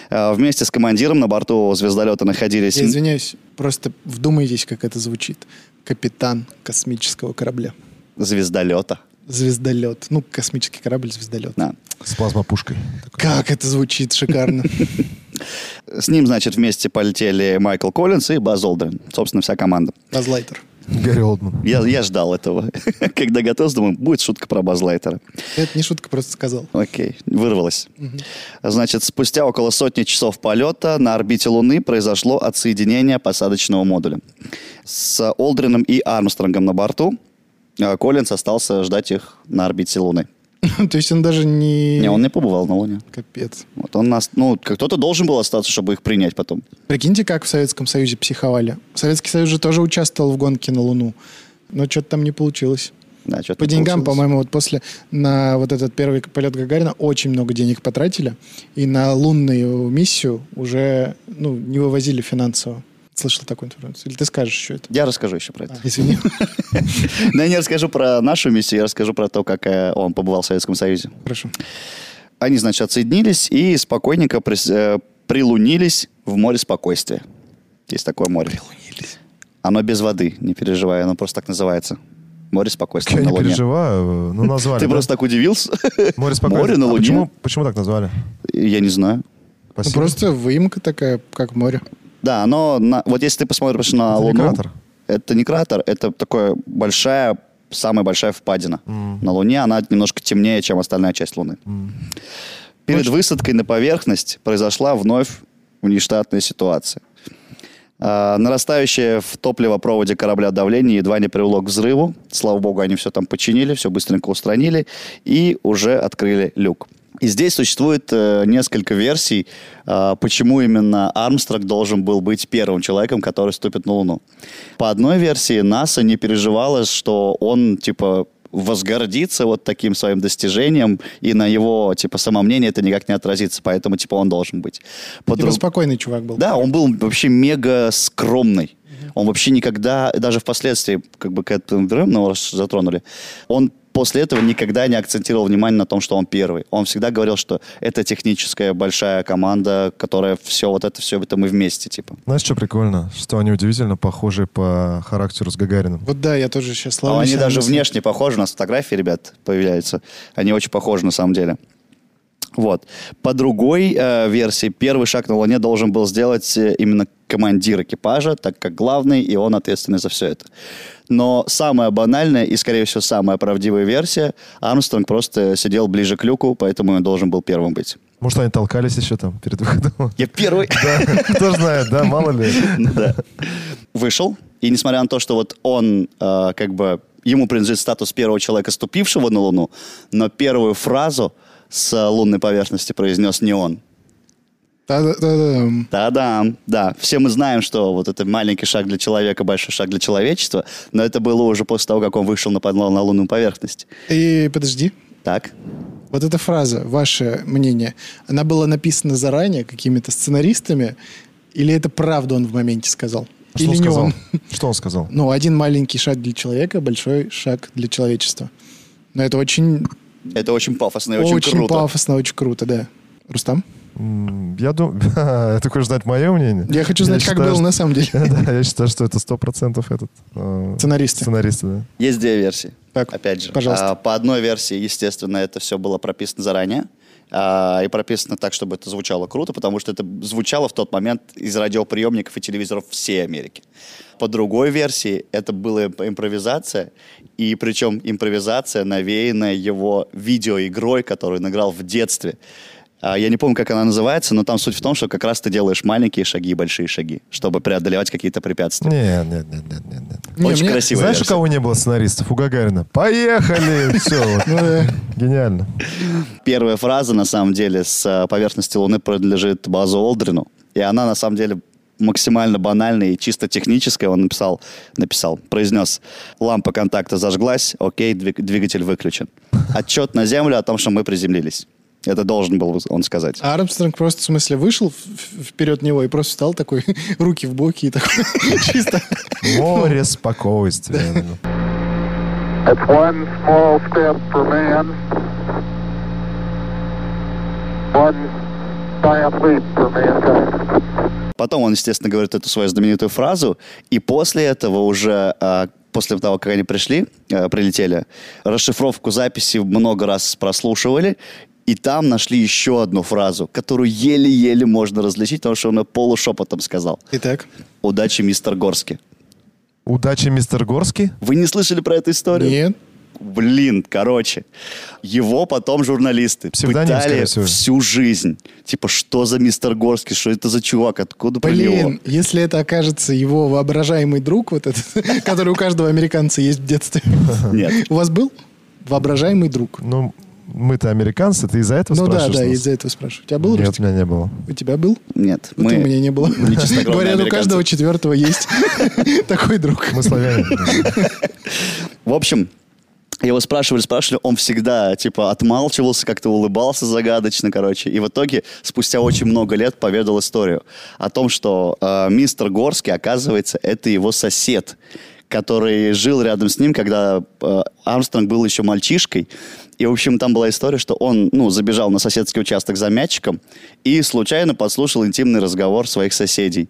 [SPEAKER 1] Э, Вместе с командиром на борту звездолета находились...
[SPEAKER 3] Я извиняюсь, просто вдумайтесь, как это звучит. Капитан космического корабля.
[SPEAKER 1] Звездолета.
[SPEAKER 3] Звездолет. Ну, космический корабль, звездолет.
[SPEAKER 1] Да.
[SPEAKER 2] С плазмопушкой.
[SPEAKER 3] Как это
[SPEAKER 1] [LAUGHS]
[SPEAKER 3] звучит шикарно.
[SPEAKER 1] С ним, значит, вместе полетели Майкл Коллинс и Баз Олдрин. Собственно, вся команда.
[SPEAKER 3] Базлайтер.
[SPEAKER 2] [LAUGHS] Гарри Олдман.
[SPEAKER 1] Я, я ждал этого. [LAUGHS] Когда готовился, думаю, будет шутка про Баз Лайтера.
[SPEAKER 3] Это не шутка, просто сказал. [LAUGHS]
[SPEAKER 1] Окей, вырвалось. Значит, спустя около сотни часов полета на орбите Луны произошло отсоединение посадочного модуля. С Олдрином и Армстронгом на борту э, Коллинз остался ждать их на орбите Луны.
[SPEAKER 3] То есть он даже не...
[SPEAKER 1] Не, он не побывал на Луне.
[SPEAKER 3] Капец.
[SPEAKER 1] Вот он нас, ну, как- кто-то должен был остаться, чтобы их принять потом.
[SPEAKER 3] Прикиньте, как в Советском Союзе психовали. Советский Союз же тоже участвовал в гонке на Луну. Но что-то там не получилось.
[SPEAKER 1] Да, чё-то
[SPEAKER 3] По деньгам,
[SPEAKER 1] получилось.
[SPEAKER 3] по-моему, вот после на вот этот первый полет Гагарина очень много денег потратили. И на лунную миссию уже ну, не вывозили финансово. Слышал такую информацию? Или ты скажешь еще это?
[SPEAKER 1] Я расскажу еще про это.
[SPEAKER 3] А, извини.
[SPEAKER 1] Но я не расскажу про нашу миссию, я расскажу про то, как э, он побывал в Советском Союзе.
[SPEAKER 3] Хорошо.
[SPEAKER 1] Они, значит, отсоединились и спокойненько прис- э, прилунились в море спокойствия. Есть такое море. Прилунились. Оно без воды, не переживай, оно просто так называется. Море спокойствия
[SPEAKER 2] Я
[SPEAKER 1] на
[SPEAKER 2] не
[SPEAKER 1] Луне.
[SPEAKER 2] переживаю, ну назвали.
[SPEAKER 1] Ты
[SPEAKER 2] да?
[SPEAKER 1] просто так удивился? [LAUGHS]
[SPEAKER 2] Море спокойно.
[SPEAKER 1] Море на
[SPEAKER 2] А
[SPEAKER 1] Луне?
[SPEAKER 2] почему, почему так назвали?
[SPEAKER 1] Я не знаю.
[SPEAKER 3] Ну,
[SPEAKER 2] Спасибо.
[SPEAKER 3] просто выемка такая, как море.
[SPEAKER 1] Да, оно... на- Вот если ты посмотришь на
[SPEAKER 2] Это не
[SPEAKER 1] Луну...
[SPEAKER 2] кратер?
[SPEAKER 1] Это не кратер, это такая большая, самая большая впадина.
[SPEAKER 2] М.
[SPEAKER 1] На Луне она немножко темнее, чем остальная часть Луны.
[SPEAKER 2] М.
[SPEAKER 1] Перед высадкой на поверхность произошла вновь внештатная ситуация. А, нарастающее в топливопроводе корабля давление едва не привело к взрыву. Слава богу, они все там починили, все быстренько устранили и уже открыли люк. И здесь существует э, несколько версий, э, почему именно Армстронг должен был быть первым человеком, который ступит на Луну. По одной версии, НАСА не переживала, что он, типа, возгордится вот таким своим достижением, и на его, типа, самомнение это никак не отразится, поэтому, типа, он должен быть. По
[SPEAKER 3] Типа
[SPEAKER 1] друг-
[SPEAKER 3] спокойный чувак был.
[SPEAKER 1] да, он был вообще мега скромный. Он вообще никогда, даже впоследствии, как бы к этому вернем, но раз затронули, он после этого никогда не акцентировал внимание на том, что он первый. Он всегда говорил, что это техническая большая команда, которая все вот это, все это мы вместе, типа.
[SPEAKER 2] Знаешь, что прикольно? Что они удивительно похожи по характеру с Гагарином.
[SPEAKER 3] Вот да, я тоже сейчас
[SPEAKER 1] Но
[SPEAKER 3] ловлю
[SPEAKER 1] А они
[SPEAKER 3] себя
[SPEAKER 1] даже
[SPEAKER 3] на мысли.
[SPEAKER 1] внешне похожи, у нас фотографии, ребят, появляются. Они очень похожи на самом деле. Вот. По другой э, версии, первый шаг на Луне должен был сделать э, именно командир экипажа, так как главный, и он ответственный за все это. Но самая банальная и, скорее всего, самая правдивая версия, Армстронг просто сидел ближе к люку, поэтому он должен был первым быть.
[SPEAKER 2] Может, они толкались еще там перед выходом?
[SPEAKER 1] Я первый!
[SPEAKER 2] [LAUGHS] Да, кто ж знает, да, мало ли.
[SPEAKER 1] Ну да. Вышел, и несмотря на то, что вот он э, как бы ему принадлежит статус первого человека, ступившего на Луну, но первую фразу с э, лунной поверхности произнес не он.
[SPEAKER 3] Та-да-да-дам.
[SPEAKER 1] Та-дам! Да, все мы знаем, что вот это маленький шаг для человека, большой шаг для человечества, но это было уже после того, как он вышел на, подло- на лунную поверхность.
[SPEAKER 3] И подожди.
[SPEAKER 1] Так?
[SPEAKER 3] Вот эта фраза, ваше мнение, она была написана заранее какими-то сценаристами, или это правда он в моменте сказал?
[SPEAKER 2] Что
[SPEAKER 3] или
[SPEAKER 2] он
[SPEAKER 3] не
[SPEAKER 2] сказал?
[SPEAKER 3] он?
[SPEAKER 2] Что он сказал?
[SPEAKER 3] Ну, один маленький шаг для человека, большой шаг для человечества. Но это очень,
[SPEAKER 1] Это очень пафосно и очень,
[SPEAKER 3] очень,
[SPEAKER 1] круто.
[SPEAKER 3] пафосно, очень круто, да. Рустам?
[SPEAKER 2] М, Я [LAUGHS] думаю... Ты хочешь знать мое мнение?
[SPEAKER 3] Я хочу знать, как
[SPEAKER 2] считаю,
[SPEAKER 3] было
[SPEAKER 2] что-
[SPEAKER 3] на самом деле.
[SPEAKER 2] Да, я считаю, что [LAUGHS] это сто процентов этот... э,
[SPEAKER 3] Сценаристы.
[SPEAKER 2] Сценаристы, да.
[SPEAKER 1] Есть две версии.
[SPEAKER 3] Так,
[SPEAKER 1] опять же.
[SPEAKER 3] пожалуйста.
[SPEAKER 1] А, по одной версии, естественно, это все было прописано заранее. а, и прописано так, чтобы это звучало круто, потому что это звучало в тот момент из радиоприемников и телевизоров всей Америки. По другой версии, это была имп- импровизация, и причем импровизация, навеянная его видеоигрой, которую он играл в детстве. А, Я не помню, как она называется, но там суть в том, что как раз ты делаешь маленькие шаги и большие шаги, чтобы преодолевать какие-то препятствия.
[SPEAKER 2] Нет, нет, нет, нет, нет, нет.
[SPEAKER 1] [LAUGHS]
[SPEAKER 3] Не,
[SPEAKER 1] Очень
[SPEAKER 3] мне-
[SPEAKER 1] красивая
[SPEAKER 2] Знаешь, у
[SPEAKER 1] версия.
[SPEAKER 2] кого не было сценаристов? У Гагарина. Поехали!
[SPEAKER 3] [LAUGHS] Ну
[SPEAKER 2] Все, гениально.
[SPEAKER 1] Первая фраза, на самом деле, с э, поверхности Луны принадлежит Базу Олдрину. И она, на самом деле, максимально банальная и чисто техническая. Он написал, написал, произнес, лампа контакта зажглась, окей, двиг- двигатель выключен. Отчет на Землю о том, что мы приземлились. Это должен был он сказать.
[SPEAKER 3] А Армстронг просто, в смысле, вышел в- в- вперед него и просто встал такой, [LAUGHS] руки в боки и такой, [LAUGHS] чисто.
[SPEAKER 2] Море спокойствия.
[SPEAKER 3] [LAUGHS]
[SPEAKER 2] я думаю.
[SPEAKER 4] That's one small step for man, one giant leap for mankind.
[SPEAKER 1] Потом он, естественно, говорит эту свою знаменитую фразу, и после этого уже, э, после того, как они пришли, э, прилетели, расшифровку записи много раз прослушивали, и там нашли еще одну фразу, которую еле-еле можно различить, потому что он ее полушепотом сказал.
[SPEAKER 3] Итак,
[SPEAKER 1] «Удачи, мистер Горски».
[SPEAKER 2] Удачи, мистер Горский.
[SPEAKER 1] Вы не слышали про эту историю?
[SPEAKER 3] нет.
[SPEAKER 1] Блин, короче. Его потом журналисты
[SPEAKER 2] Псевдоним,
[SPEAKER 1] пытали
[SPEAKER 2] скорее всего.
[SPEAKER 1] всю жизнь. Типа, что за мистер Горский? Что это за чувак? Откуда про него?
[SPEAKER 3] Блин, если это окажется его воображаемый друг, вот этот, [LAUGHS] который у каждого американца есть в детстве.
[SPEAKER 1] [LAUGHS] Нет.
[SPEAKER 3] У вас был воображаемый друг?
[SPEAKER 2] Ну, мы-то американцы, ты из-за этого
[SPEAKER 3] Ну да,
[SPEAKER 2] спрашиваешь
[SPEAKER 3] да,
[SPEAKER 2] нас?
[SPEAKER 3] из-за этого спрашиваю. У тебя был,
[SPEAKER 2] Нет,
[SPEAKER 3] Рустик?
[SPEAKER 2] у меня не было.
[SPEAKER 3] У тебя был?
[SPEAKER 1] Нет,
[SPEAKER 3] Вот и у меня не было.
[SPEAKER 1] мы чистокровные
[SPEAKER 3] Говорят, у
[SPEAKER 1] американцы.
[SPEAKER 3] каждого четвертого есть [LAUGHS] такой друг.
[SPEAKER 2] Мы
[SPEAKER 3] [LAUGHS]
[SPEAKER 2] славяне.
[SPEAKER 1] В общем, его спрашивали, спрашивали, он всегда, типа, отмалчивался, как-то улыбался загадочно, короче. И в итоге, спустя очень много лет, поведал историю о том, что э, мистер Горский, оказывается, это его сосед, который жил рядом с ним, когда э, Армстронг был еще мальчишкой. И, в общем, там была история, что он, ну, забежал на соседский участок за мячиком и случайно подслушал интимный разговор своих соседей.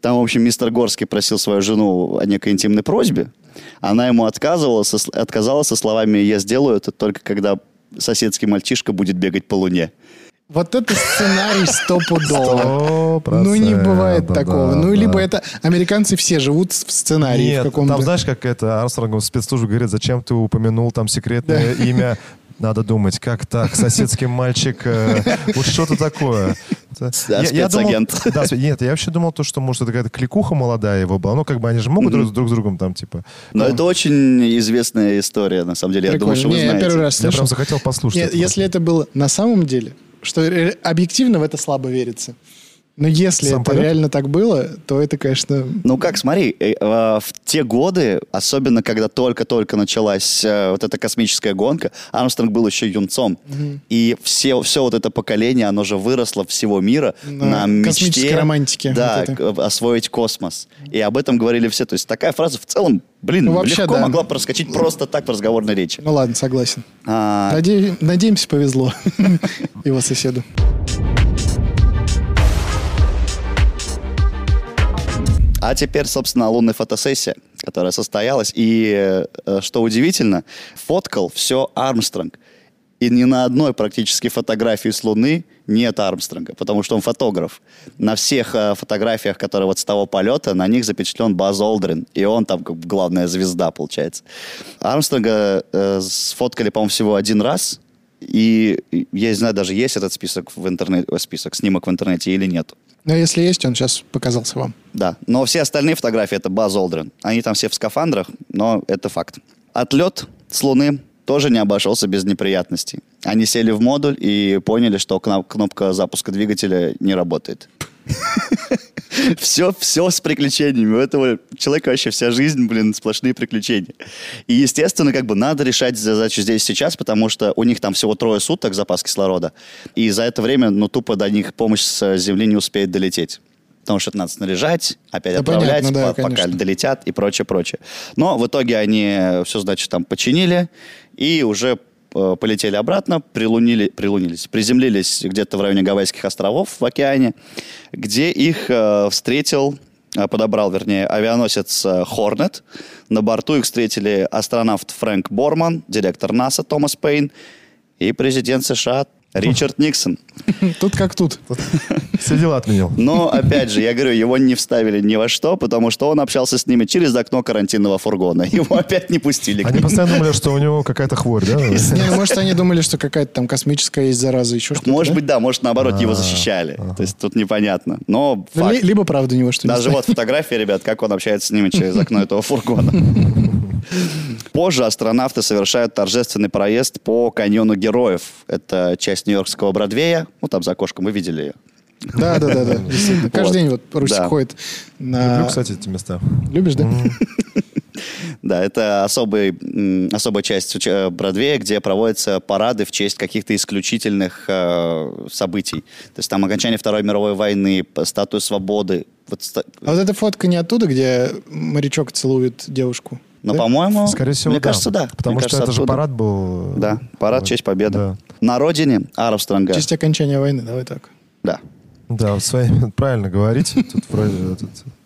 [SPEAKER 1] Там, в общем, мистер Горский просил свою жену о некой интимной просьбе. Она ему отказывала, со, сл- отказала со словами «Я сделаю это только когда соседский мальчишка будет бегать по луне».
[SPEAKER 3] Вот это сценарий стопудово.
[SPEAKER 2] Сто
[SPEAKER 3] Ну не бывает
[SPEAKER 2] процентов,
[SPEAKER 3] такого.
[SPEAKER 2] да,
[SPEAKER 3] Ну
[SPEAKER 2] да.
[SPEAKER 3] либо это американцы все живут в сценарии в
[SPEAKER 2] Нет, там
[SPEAKER 3] каком-то.
[SPEAKER 2] знаешь, как это Армстронгу спецслужбы говорит, зачем ты упомянул там секретное имя? Надо думать, как так, соседский мальчик, э, вот что-то такое. Да, думал-
[SPEAKER 1] спецагент.
[SPEAKER 2] да, спе- нет, я вообще думал, то, что, может, это какая-то кликуха молодая его была. Ну, как бы они же могут друг, друг с другом там, типа...
[SPEAKER 1] Но
[SPEAKER 2] Там-
[SPEAKER 1] это очень известная история, на самом деле. Я думаю, что
[SPEAKER 3] Прикольно.
[SPEAKER 1] вы
[SPEAKER 3] Не, я
[SPEAKER 1] знаете.
[SPEAKER 3] первый раз
[SPEAKER 2] Я прям
[SPEAKER 3] слышал.
[SPEAKER 2] захотел послушать.
[SPEAKER 3] Нет,
[SPEAKER 2] это.
[SPEAKER 3] если это было на самом деле, что ре- объективно в это слабо верится. Но если
[SPEAKER 2] Сам
[SPEAKER 3] это
[SPEAKER 2] полет?
[SPEAKER 3] реально так было, то это, конечно...
[SPEAKER 1] Ну как, смотри, э, э, в те годы, особенно когда только-только началась э, вот эта космическая гонка, Армстронг был еще юнцом. И все, все вот это поколение, оно же выросло всего мира на,
[SPEAKER 3] На
[SPEAKER 1] мечте...
[SPEAKER 3] космической романтике
[SPEAKER 1] Да,
[SPEAKER 3] вот
[SPEAKER 1] к- освоить космос. И об этом говорили все. То есть такая фраза в целом, блин,
[SPEAKER 3] Ну, вообще,
[SPEAKER 1] легко
[SPEAKER 3] да.
[SPEAKER 1] могла проскочить просто так в разговорной речи.
[SPEAKER 3] Ну ладно, согласен.
[SPEAKER 1] А,
[SPEAKER 3] Наде- Надеемся, повезло [LAUGHS] его соседу.
[SPEAKER 1] А теперь, собственно, лунная фотосессия, которая состоялась. И, э, что удивительно, фоткал все Армстронг. И ни на одной практически фотографии с Луны нет Армстронга, потому что он фотограф. На всех э, фотографиях, которые вот с того полета, на них запечатлен Баз Олдрин. И он там как бы главная звезда, получается. Армстронга э, сфоткали, по-моему, всего один раз. И и я не знаю, даже есть этот список в интернете, э, список снимок в интернете или нет.
[SPEAKER 3] Но если есть, он сейчас показался вам.
[SPEAKER 1] Да, но все остальные фотографии это Баз Олдрин. Они там все в скафандрах, но это факт. Отлет с Луны тоже не обошелся без неприятностей. Они сели в модуль и поняли, что кна- кнопка запуска двигателя не работает. [LAUGHS] Все, все с приключениями. У этого человека вообще вся жизнь, блин, сплошные приключения. И, естественно, как бы надо решать задачу здесь и сейчас, потому что у них там всего трое суток запас кислорода. И за это время, ну, тупо до них помощь с э, Земли не успеет долететь. Потому что это надо снаряжать, опять
[SPEAKER 3] Да
[SPEAKER 1] отправлять,
[SPEAKER 3] понятно, да,
[SPEAKER 1] по- пока
[SPEAKER 3] конечно.
[SPEAKER 1] долетят и прочее, прочее. Но в итоге они всю задачу там починили и уже э, полетели обратно, прилунили, прилунились, приземлились где-то в районе Гавайских островов в океане, где их э, встретил, э, подобрал, вернее, авианосец э, Hornet. На борту их встретили астронавт Фрэнк Борман, директор НАСА Томас Пейн и президент США Ричард Никсон.
[SPEAKER 3] Тут как тут.
[SPEAKER 2] Все дела отменил.
[SPEAKER 1] Но, опять же, я говорю, его не вставили ни во что, потому что он общался с ними через окно карантинного фургона. [LAUGHS] Его опять не пустили. к
[SPEAKER 2] Они
[SPEAKER 1] ним.
[SPEAKER 2] постоянно думали, что у него какая-то хворь, да?
[SPEAKER 3] Не,
[SPEAKER 1] [LAUGHS]
[SPEAKER 3] ну, может, они думали, что какая-то там космическая есть зараза, еще что-то.
[SPEAKER 1] Может
[SPEAKER 3] да?
[SPEAKER 1] быть, да, может, наоборот, его
[SPEAKER 2] А,
[SPEAKER 1] защищали. То есть тут непонятно. Но
[SPEAKER 3] Ну,
[SPEAKER 1] факт.
[SPEAKER 3] ли- либо правда у него что-то.
[SPEAKER 1] Даже вот фотография, ребят, как он общается с ними через окно этого
[SPEAKER 3] [LAUGHS]
[SPEAKER 1] фургона. Позже астронавты совершают торжественный проезд по каньону Героев. Это часть Нью-Йоркского Бродвея. Ну, там за окошком вы видели ее.
[SPEAKER 3] Да, да,
[SPEAKER 1] [LAUGHS]
[SPEAKER 3] да, да. действительно. Каждый
[SPEAKER 1] Вот.
[SPEAKER 3] день вот Русик
[SPEAKER 1] Да.
[SPEAKER 3] ходит на...
[SPEAKER 1] А,
[SPEAKER 2] Люблю, кстати, эти места.
[SPEAKER 3] Любишь, да?
[SPEAKER 1] Да, это особый, м, особая часть уча- э, Бродвея, где проводятся парады в честь каких-то исключительных э, событий. То есть там окончание Второй мировой войны, п- статуя свободы. Вот ста-
[SPEAKER 3] А вот эта фотка не оттуда, где морячок целует девушку?
[SPEAKER 1] Но,
[SPEAKER 3] Да?
[SPEAKER 1] ну, по-моему,
[SPEAKER 2] Э, Скорее всего,
[SPEAKER 1] мне
[SPEAKER 2] да.
[SPEAKER 1] кажется, да.
[SPEAKER 2] Потому
[SPEAKER 1] Мне
[SPEAKER 2] что
[SPEAKER 1] кажется,
[SPEAKER 2] это же
[SPEAKER 1] оттуда.
[SPEAKER 2] парад был.
[SPEAKER 1] Да, парад в честь победы.
[SPEAKER 2] Да.
[SPEAKER 1] На родине Армстронга.
[SPEAKER 3] В честь окончания войны, давай так.
[SPEAKER 1] Да.
[SPEAKER 2] Да, своими [LAUGHS] правильно говорите. Тут вроде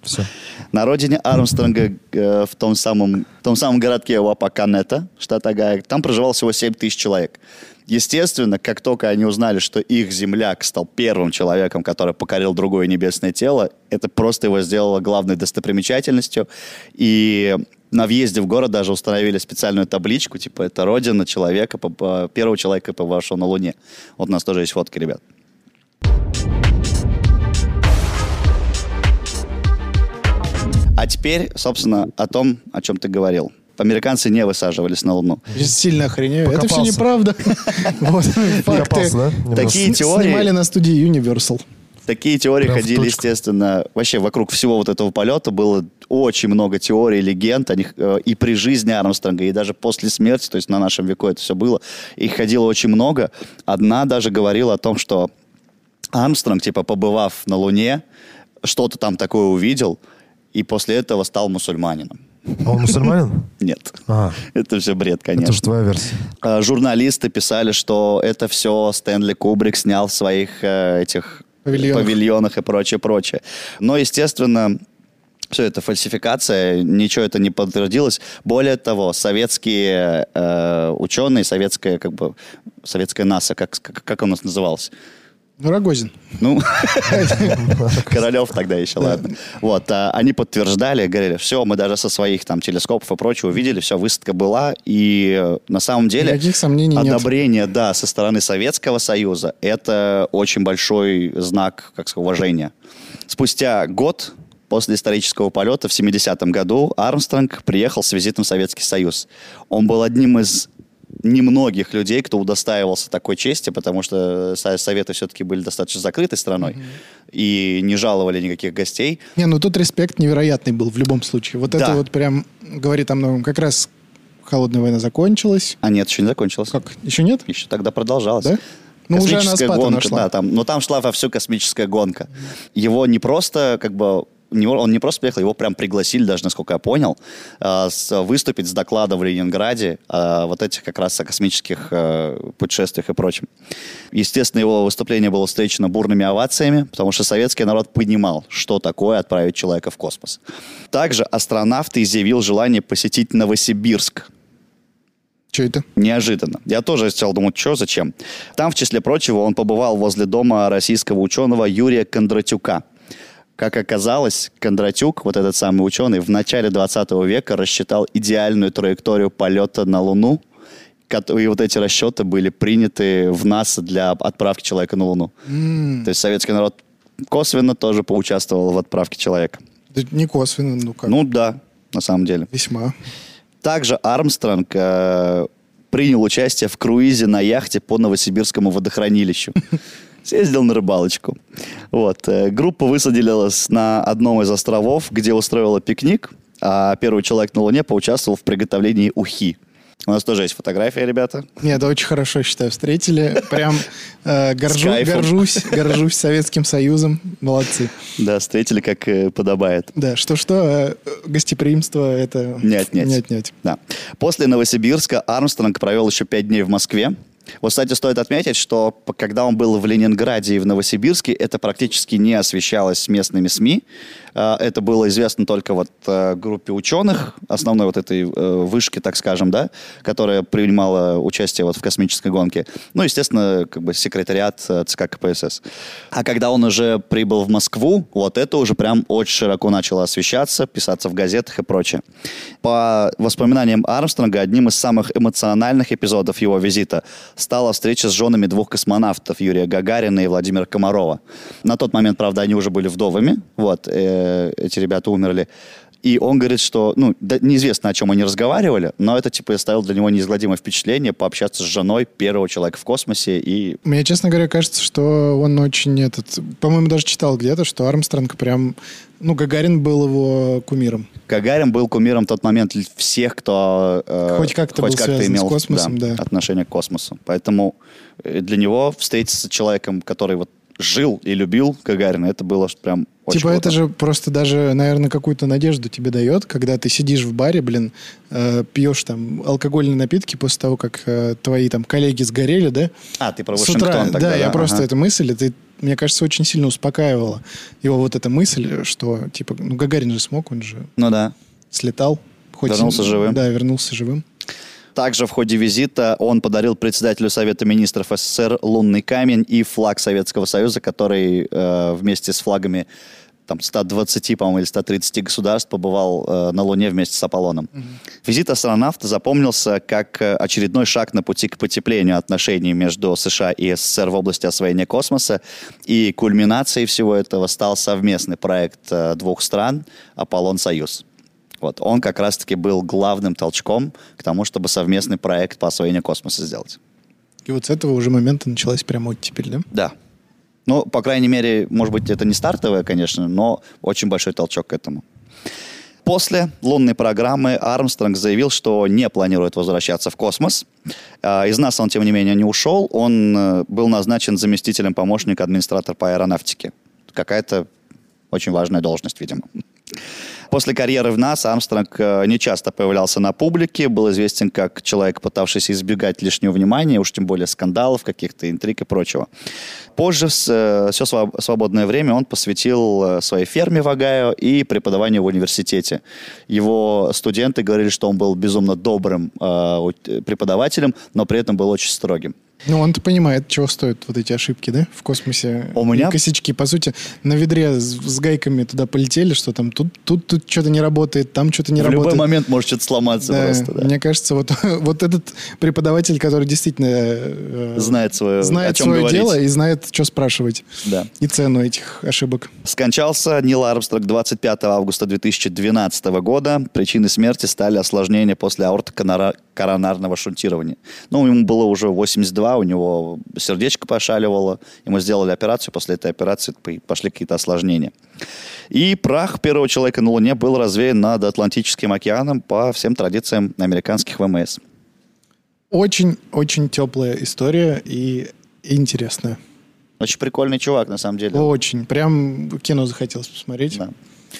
[SPEAKER 2] все.
[SPEAKER 1] На родине Армстронга э, в, том самом, в том самом городке Уапаканета, штат Огайо, там проживало всего 7 тысяч человек. Естественно, как только они узнали, что их земляк стал первым человеком, который покорил другое небесное тело, это просто его сделало главной достопримечательностью. И на въезде в город даже установили специальную табличку, типа это родина человека, по- по- первого человека, побывавшего на Луне. Вот у нас тоже есть фотка, ребят. А теперь, собственно, о том, о чем ты говорил. Американцы не высаживались на Луну.
[SPEAKER 3] Я Сильно охренею. Это все
[SPEAKER 1] [LAUGHS]
[SPEAKER 2] Покопался.
[SPEAKER 3] неправда. Вот
[SPEAKER 2] [LAUGHS] Копался, да?
[SPEAKER 3] факты.
[SPEAKER 2] немножко?
[SPEAKER 1] Такие
[SPEAKER 3] [LAUGHS] С-
[SPEAKER 1] теории.
[SPEAKER 3] Снимали на студии Universal.
[SPEAKER 1] Такие теории
[SPEAKER 2] Прям в
[SPEAKER 1] ходили,
[SPEAKER 2] точку.
[SPEAKER 1] естественно, вообще вокруг всего вот этого полета было очень много теорий, легенд о них э, и при жизни Армстронга, и даже после смерти, то есть на нашем веку это все было. Их ходило очень много. Одна даже говорила о том, что Армстронг, типа, побывав на Луне, что-то там такое увидел, и после этого стал мусульманином.
[SPEAKER 2] А он мусульманин?
[SPEAKER 1] Нет. [LAUGHS]
[SPEAKER 2] А,
[SPEAKER 1] Это все бред, конечно.
[SPEAKER 2] это же твоя версия.
[SPEAKER 1] Э, журналисты писали, что это все Стэнли Кубрик снял в своих э, этих
[SPEAKER 3] Павильонах.
[SPEAKER 1] павильонах и прочее, прочее. Но, естественно, все это фальсификация, ничего это не подтвердилось. Более того, советские э, ученые, советская как бы советская НАСА, как как, как у нас называлось,
[SPEAKER 3] Ну, Рогозин.
[SPEAKER 1] ну, [LAUGHS] Королев тогда еще, ладно. Вот, а, они подтверждали, говорили, все, мы даже со своих там телескопов и прочего увидели, все, высадка была, и э, на самом деле...
[SPEAKER 3] Никаких сомнений нет.
[SPEAKER 1] Одобрение, да, со стороны Советского Союза, это очень большой знак, как сказать, уважения. Спустя год после исторического полета в 70-м году Армстронг приехал с визитом в Советский Союз. Он был одним из немногих людей, кто удостаивался такой чести, потому что э, со- Советы все-таки были достаточно закрытой страной и не жаловали никаких гостей.
[SPEAKER 3] Не, ну тут респект невероятный был в любом случае. Вот это
[SPEAKER 1] Да.
[SPEAKER 3] вот прям говорит о многом. Как раз холодная война закончилась.
[SPEAKER 1] А нет, еще не закончилось.
[SPEAKER 3] Как? Еще нет?
[SPEAKER 1] Еще тогда продолжалось.
[SPEAKER 3] Да? Ну, уже она
[SPEAKER 1] Космическая
[SPEAKER 3] спад
[SPEAKER 1] гонка,
[SPEAKER 3] она шла.
[SPEAKER 1] да, там, но там шла вовсю космическая гонка. Его не просто, как бы, не- он не просто приехал, его прям пригласили даже, насколько я понял, э, с- выступить с доклада в Ленинграде э, вот этих как раз о космических э, путешествиях и прочем. Естественно, его выступление было встречено бурными овациями, потому что советский народ понимал, что такое отправить человека в космос. Также астронавт изъявил желание посетить Новосибирск,
[SPEAKER 3] Что это?
[SPEAKER 1] Неожиданно. Я тоже стал думать, что, зачем. Там, в числе прочего, он побывал возле дома российского ученого Юрия Кондратюка. Как оказалось, Кондратюк, вот этот самый ученый, в начале 20 века рассчитал идеальную траекторию полета на Луну. кот- И вот эти расчеты были приняты в НАСА для отправки человека на Луну. То есть советский народ косвенно тоже поучаствовал в отправке человека.
[SPEAKER 3] Да не косвенно, ну как.
[SPEAKER 1] Ну да, на самом деле.
[SPEAKER 3] Весьма.
[SPEAKER 1] Также Армстронг э, принял участие в круизе на яхте по Новосибирскому водохранилищу. Съездил на рыбалочку. Вот. э, Группа высадилась на одном из островов, где устроила пикник, а первый человек на Луне поучаствовал в приготовлении ухи. У нас тоже есть фотография, ребята.
[SPEAKER 3] Нет, да очень хорошо, считаю, встретили. Прям э, горжу-
[SPEAKER 1] кайфом.
[SPEAKER 3] горжусь, горжусь Советским Союзом. Молодцы.
[SPEAKER 1] Да, встретили, как э, подобает.
[SPEAKER 3] Да, что-что, э, гостеприимство это...
[SPEAKER 1] Не отнять.
[SPEAKER 3] Не отнять.
[SPEAKER 1] Да. После Новосибирска Армстронг провел еще пять дней в Москве. Вот, кстати, стоит отметить, что п- когда он был в Ленинграде и в Новосибирске, это практически не освещалось местными СМИ. Э, Это было известно только вот э, группе ученых, основной вот этой э, вышки, так скажем, да, которая принимала участие вот в космической гонке. Ну, естественно, как бы секретариат э, ЦК КПСС. А когда он уже прибыл в Москву, вот это уже прям очень широко начало освещаться, писаться в газетах и прочее. По воспоминаниям Армстронга, одним из самых эмоциональных эпизодов его визита стала встреча с женами двух космонавтов Юрия Гагарина и Владимира Комарова. На тот момент, правда, они уже были вдовыми, вот, э, эти ребята умерли. И он говорит, что, ну, да- неизвестно, о чем они разговаривали, но это, типа, оставило для него неизгладимое впечатление пообщаться с женой первого человека в космосе и
[SPEAKER 3] Мне, честно говоря, кажется, что он очень этот... По-моему, даже читал где-то, что Армстронг прям... Ну, Гагарин был его кумиром.
[SPEAKER 1] Гагарин был кумиром в тот момент л- всех, кто э,
[SPEAKER 3] Хоть как-то был связан с
[SPEAKER 1] имел
[SPEAKER 3] космосом, да.
[SPEAKER 1] отношение к космосу. Поэтому э, для него встретиться с человеком, который вот жил и любил Гагарина, это было ж прям очень
[SPEAKER 3] типа
[SPEAKER 1] круто.
[SPEAKER 3] это же просто даже, наверное, какую-то надежду тебе дает, когда ты сидишь в баре, блин, э, пьешь там алкогольные напитки после того, как э, твои там коллеги сгорели, да?
[SPEAKER 1] А, ты про
[SPEAKER 3] С
[SPEAKER 1] Вашингтон
[SPEAKER 3] утра,
[SPEAKER 1] тогда,
[SPEAKER 3] да, я
[SPEAKER 1] да,
[SPEAKER 3] просто
[SPEAKER 1] ага.
[SPEAKER 3] эта мысль, это, мне кажется, очень сильно успокаивала его вот эта мысль, что типа, ну Гагарин же смог, он же
[SPEAKER 1] Ну да.
[SPEAKER 3] слетал. Хоть
[SPEAKER 1] Вернулся
[SPEAKER 3] и-
[SPEAKER 1] живым.
[SPEAKER 3] Да, вернулся живым.
[SPEAKER 1] Также в ходе визита он подарил председателю Совета министров СССР лунный камень и флаг Советского Союза, который э, вместе с флагами там, 120, по-моему, или 130 государств побывал э, на Луне вместе с Аполлоном. Визит астронавта запомнился как э, очередной шаг на пути к потеплению отношений между США и СССР в области освоения космоса. И кульминацией всего этого стал совместный проект э, двух стран «Аполлон-Союз». Вот. Он как раз-таки был главным толчком к тому, чтобы совместный проект по освоению космоса сделать.
[SPEAKER 3] И вот с этого уже момента началась прямо оттепель, да?
[SPEAKER 1] Да. Ну, по крайней мере, может быть, это не стартовое, конечно, но очень большой толчок к этому. После лунной программы Армстронг заявил, что не планирует возвращаться в космос. А, Из нас он, тем не менее, не ушел. Он э, был назначен заместителем помощника администратора по аэронавтике. Какая-то очень важная должность, видимо. После карьеры в НАСА Армстронг э, нечасто появлялся на публике, был известен как человек, пытавшийся избегать лишнего внимания, уж тем более скандалов, каких-то интриг и прочего. Позже все свободное время он посвятил э, своей ферме в Огайо и преподаванию в университете. Его студенты говорили, что он был безумно добрым э, у- э, преподавателем, но при этом был очень строгим.
[SPEAKER 3] Ну, он-то понимает, чего стоят вот эти ошибки, да, в космосе.
[SPEAKER 1] У меня-
[SPEAKER 3] Косячки, по сути, на ведре с, с гайками туда полетели, что там тут, тут, тут что-то не работает, там что-то не
[SPEAKER 1] в
[SPEAKER 3] работает.
[SPEAKER 1] любой момент может что-то сломаться
[SPEAKER 3] Да,
[SPEAKER 1] просто, да.
[SPEAKER 3] Мне кажется, вот, [LAUGHS] вот этот преподаватель, который действительно э,
[SPEAKER 1] Знает свое,
[SPEAKER 3] знает
[SPEAKER 1] о чем
[SPEAKER 3] свое
[SPEAKER 1] говорить.
[SPEAKER 3] дело и знает, что спрашивать,
[SPEAKER 1] Да.
[SPEAKER 3] и цену этих ошибок.
[SPEAKER 1] Скончался Нил Армстронг 25 августа 2012 года. Причиной смерти стали осложнения после аортокоронарного шунтирования. Ну, ему было уже 82, у него сердечко пошаливало. Ему сделали операцию, после этой операции пой- пошли какие-то осложнения. И прах первого человека на Луне был развеян над Атлантическим океаном по всем традициям американских ВМС.
[SPEAKER 3] Очень-очень теплая история и интересная.
[SPEAKER 1] Очень прикольный чувак, на самом деле.
[SPEAKER 3] Очень. Прям кино захотелось посмотреть.
[SPEAKER 1] Да.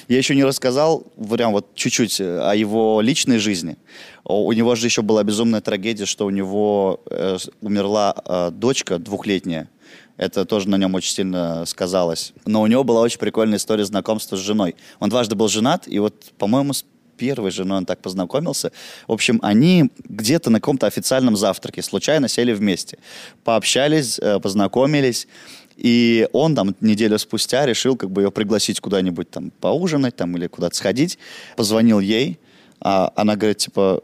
[SPEAKER 1] Я еще не рассказал, прям вот чуть-чуть, э, о его личной жизни. О, У него же еще была безумная трагедия, что у него э, с- умерла э, дочка двухлетняя. Это тоже на нем очень сильно сказалось. Но у него была очень прикольная история знакомства с женой. Он дважды был женат, и вот, по-моему, с первой женой он так познакомился. В общем, они где-то на каком-то официальном завтраке случайно сели вместе, пообщались, э, познакомились. И он там неделю спустя решил как бы ее пригласить куда-нибудь там поужинать там или куда-то сходить. Позвонил ей, а она говорит, типа,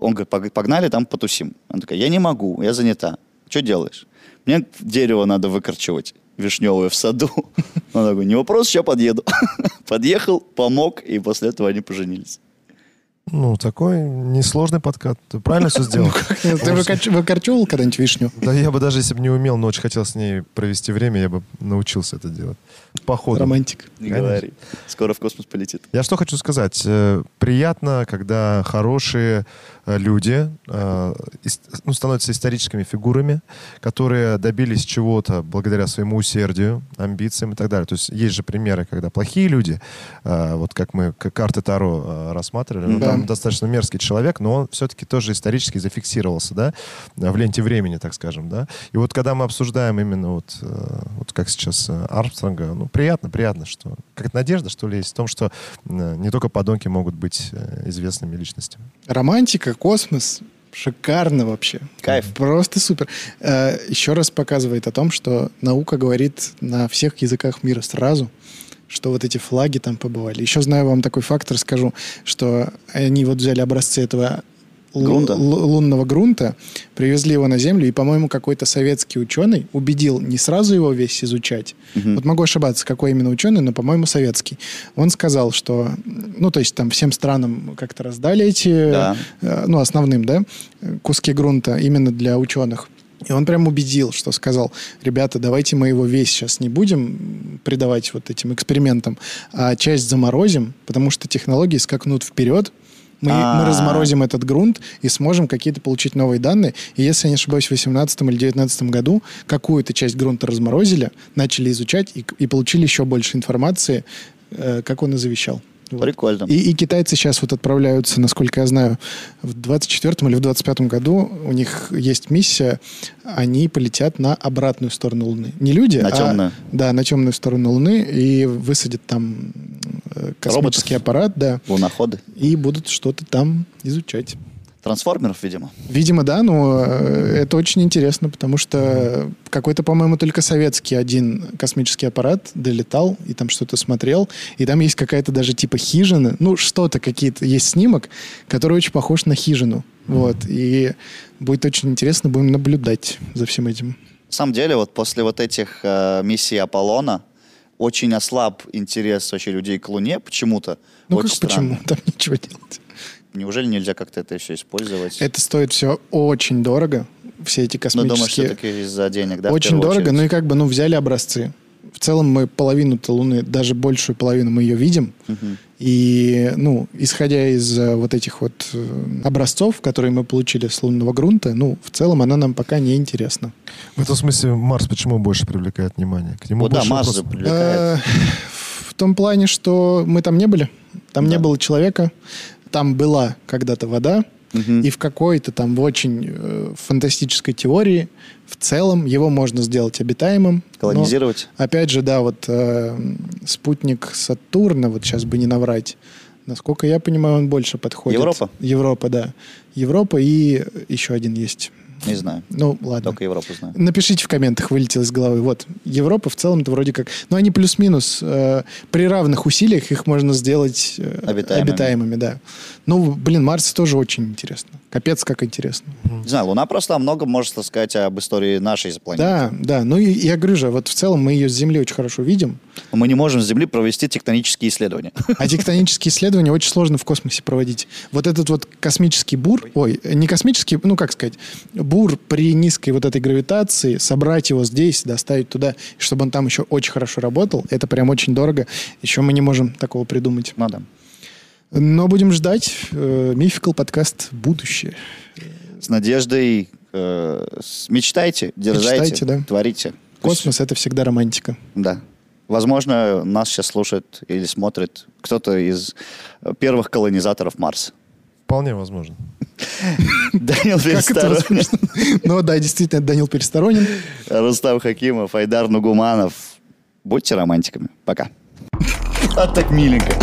[SPEAKER 1] он говорит, «Пог- погнали там потусим. Она такая, я не могу, я занята. Что делаешь? Мне дерево надо выкорчевать вишневое в саду. [LAUGHS] Он такой, не вопрос, сейчас подъеду. [LAUGHS] Подъехал, помог, и после этого они поженились.
[SPEAKER 2] Ну, такой несложный подкат. Ты правильно все сделал?
[SPEAKER 3] Ты выкорч- выкорчевывал когда-нибудь вишню?
[SPEAKER 2] Да я бы даже, если бы не умел, но очень хотел с ней провести время, я бы научился это делать. Походу.
[SPEAKER 3] Романтик.
[SPEAKER 1] Не
[SPEAKER 2] Конечно.
[SPEAKER 1] говори. Скоро в космос полетит.
[SPEAKER 2] Я что хочу сказать. э, Приятно, когда хорошие э, люди э, ис- ну, становятся историческими фигурами, которые добились чего-то благодаря своему усердию, амбициям и так далее. То есть есть же примеры, когда плохие люди, э, вот как мы к- карты Таро э, рассматривали, ну,
[SPEAKER 3] Да.
[SPEAKER 2] там достаточно мерзкий человек, но он все-таки тоже исторически зафиксировался, да, в ленте времени, так скажем, да. И вот когда мы обсуждаем именно вот, э, вот как сейчас э, Армстронга, ну, приятно, приятно, что как надежда, что ли, есть в том, что э, не только подонки могут быть э, известными личностями.
[SPEAKER 3] Романтика, космос. Шикарно вообще.
[SPEAKER 1] Кайф.
[SPEAKER 3] Просто супер. Э, Еще раз показывает о том, что наука говорит на всех языках мира сразу, что вот эти флаги там побывали. Еще знаю вам такой фактор, скажу, что они вот взяли образцы этого лу-
[SPEAKER 1] Грунта?
[SPEAKER 3] лу- лунного грунта, привезли его на Землю, и, по-моему, какой-то советский ученый убедил не сразу его весь изучать,
[SPEAKER 1] Мгм.
[SPEAKER 3] вот могу ошибаться, какой именно ученый, но, по-моему, советский. Он сказал, что, ну, то есть там всем странам как-то раздали эти,
[SPEAKER 1] Да.
[SPEAKER 3] э, ну, основным, да, э, куски грунта именно для ученых. И он прям убедил, что сказал, ребята, давайте мы его весь сейчас не будем придавать вот этим экспериментам, а часть заморозим, потому что технологии скакнут вперед, мы, мы
[SPEAKER 1] А.
[SPEAKER 3] разморозим этот грунт и сможем какие-то получить новые данные. И если я не ошибаюсь, в 2018 или 2019 году какую-то часть грунта разморозили, начали изучать и, и получили еще больше информации, э, как он и завещал. Вот.
[SPEAKER 1] Прикольно.
[SPEAKER 3] И, и китайцы сейчас вот отправляются, насколько я знаю, в 24 или в 25 году у них есть миссия, они полетят на обратную сторону Луны. Не люди,
[SPEAKER 1] На
[SPEAKER 3] а-
[SPEAKER 1] темную.
[SPEAKER 3] да, на темную сторону Луны и высадят там э, космический
[SPEAKER 1] Роботов.
[SPEAKER 3] аппарат, да,
[SPEAKER 1] Луноходы.
[SPEAKER 3] и будут что-то там изучать.
[SPEAKER 1] Трансформеров, видимо.
[SPEAKER 3] Видимо, да, но э, это очень интересно, потому что какой-то, по-моему, только советский один космический аппарат долетал и там что-то смотрел, и там есть какая-то даже типа хижина, ну что-то какие-то есть снимок, который очень похож на хижину, вот. И будет очень интересно, будем наблюдать за всем этим.
[SPEAKER 1] На самом деле, вот после вот этих э, миссий Аполлона очень ослаб интерес вообще людей к Луне почему-то.
[SPEAKER 3] Ну
[SPEAKER 1] Очень
[SPEAKER 3] как
[SPEAKER 1] странно.
[SPEAKER 3] почему? Там ничего делать.
[SPEAKER 1] Неужели нельзя как-то это все использовать?
[SPEAKER 3] Это стоит все очень дорого, все эти
[SPEAKER 1] Ну, думаю,
[SPEAKER 3] космические.
[SPEAKER 1] все-таки из-за денег, да? в
[SPEAKER 3] Очень
[SPEAKER 1] первую
[SPEAKER 3] дорого,
[SPEAKER 1] очередь?
[SPEAKER 3] ну и как бы, ну, взяли образцы. В целом мы половину-то Луны, даже большую половину мы ее видим.
[SPEAKER 1] Мгм.
[SPEAKER 3] И, ну, исходя из э, вот этих вот э, образцов, которые мы получили с лунного грунта, ну, в целом она нам пока не интересна.
[SPEAKER 2] В этом смысле Марс почему больше привлекает внимание? К нему
[SPEAKER 1] Ну да,
[SPEAKER 2] больше
[SPEAKER 1] Марс же
[SPEAKER 2] вопросов.
[SPEAKER 1] привлекает.
[SPEAKER 3] Э, В том плане, что мы там не были, там не
[SPEAKER 1] Да.
[SPEAKER 3] было человека, там была когда-то вода,
[SPEAKER 1] Мгм.
[SPEAKER 3] и в какой-то там в очень э, фантастической теории в целом его можно сделать обитаемым. но-
[SPEAKER 1] Колонизировать?
[SPEAKER 3] Опять же, да, вот э, спутник Сатурна, вот сейчас бы не наврать, насколько я понимаю, он больше подходит.
[SPEAKER 1] Европа?
[SPEAKER 3] Европа, да. Европа и еще один есть.
[SPEAKER 1] Не знаю.
[SPEAKER 3] Ну, ладно.
[SPEAKER 1] Только Европу знаю.
[SPEAKER 3] Напишите в комментах, вылетело из головы. Вот, Европа в целом-то вроде как... Ну, они плюс-минус. э, при равных усилиях их можно сделать э,
[SPEAKER 1] Обитаемыми.
[SPEAKER 3] обитаемыми, да. Ну, блин, Марс тоже очень интересно. Капец, как интересно.
[SPEAKER 1] Не знаю, Луна просто о многом может рассказать об истории нашей планеты.
[SPEAKER 3] Да, да. Ну, и- я говорю же, вот в целом мы ее с Земли очень хорошо видим,
[SPEAKER 1] Но Мы не можем с Земли провести тектонические исследования.
[SPEAKER 3] а тектонические исследования очень сложно в космосе проводить. Вот этот вот космический бур, ой, не космический, ну, как сказать, бур при низкой вот этой гравитации, собрать его здесь, доставить туда, и чтобы он там еще очень хорошо работал, это прям очень дорого. Еще мы не можем такого придумать.
[SPEAKER 1] Ну да.
[SPEAKER 3] Но будем ждать. Э, Мификал подкаст «Будущее».
[SPEAKER 1] С надеждой э, с- мечтайте, держайте,
[SPEAKER 3] Мечтайте, да.
[SPEAKER 1] творите. Пусть-
[SPEAKER 3] Космос — это всегда романтика.
[SPEAKER 1] Да. Возможно, нас сейчас слушает или смотрит кто-то из э, первых колонизаторов
[SPEAKER 3] [LAUGHS]
[SPEAKER 1] Марса.
[SPEAKER 2] Вполне возможно.
[SPEAKER 1] Данил
[SPEAKER 3] Как это
[SPEAKER 1] Пересторонин,
[SPEAKER 3] возможно? Ну да, действительно, это Данил Пересторонин.
[SPEAKER 1] [LAUGHS] Рустам Хакимов, Айдар Нугуманов. Будьте романтиками. Пока. А так миленько.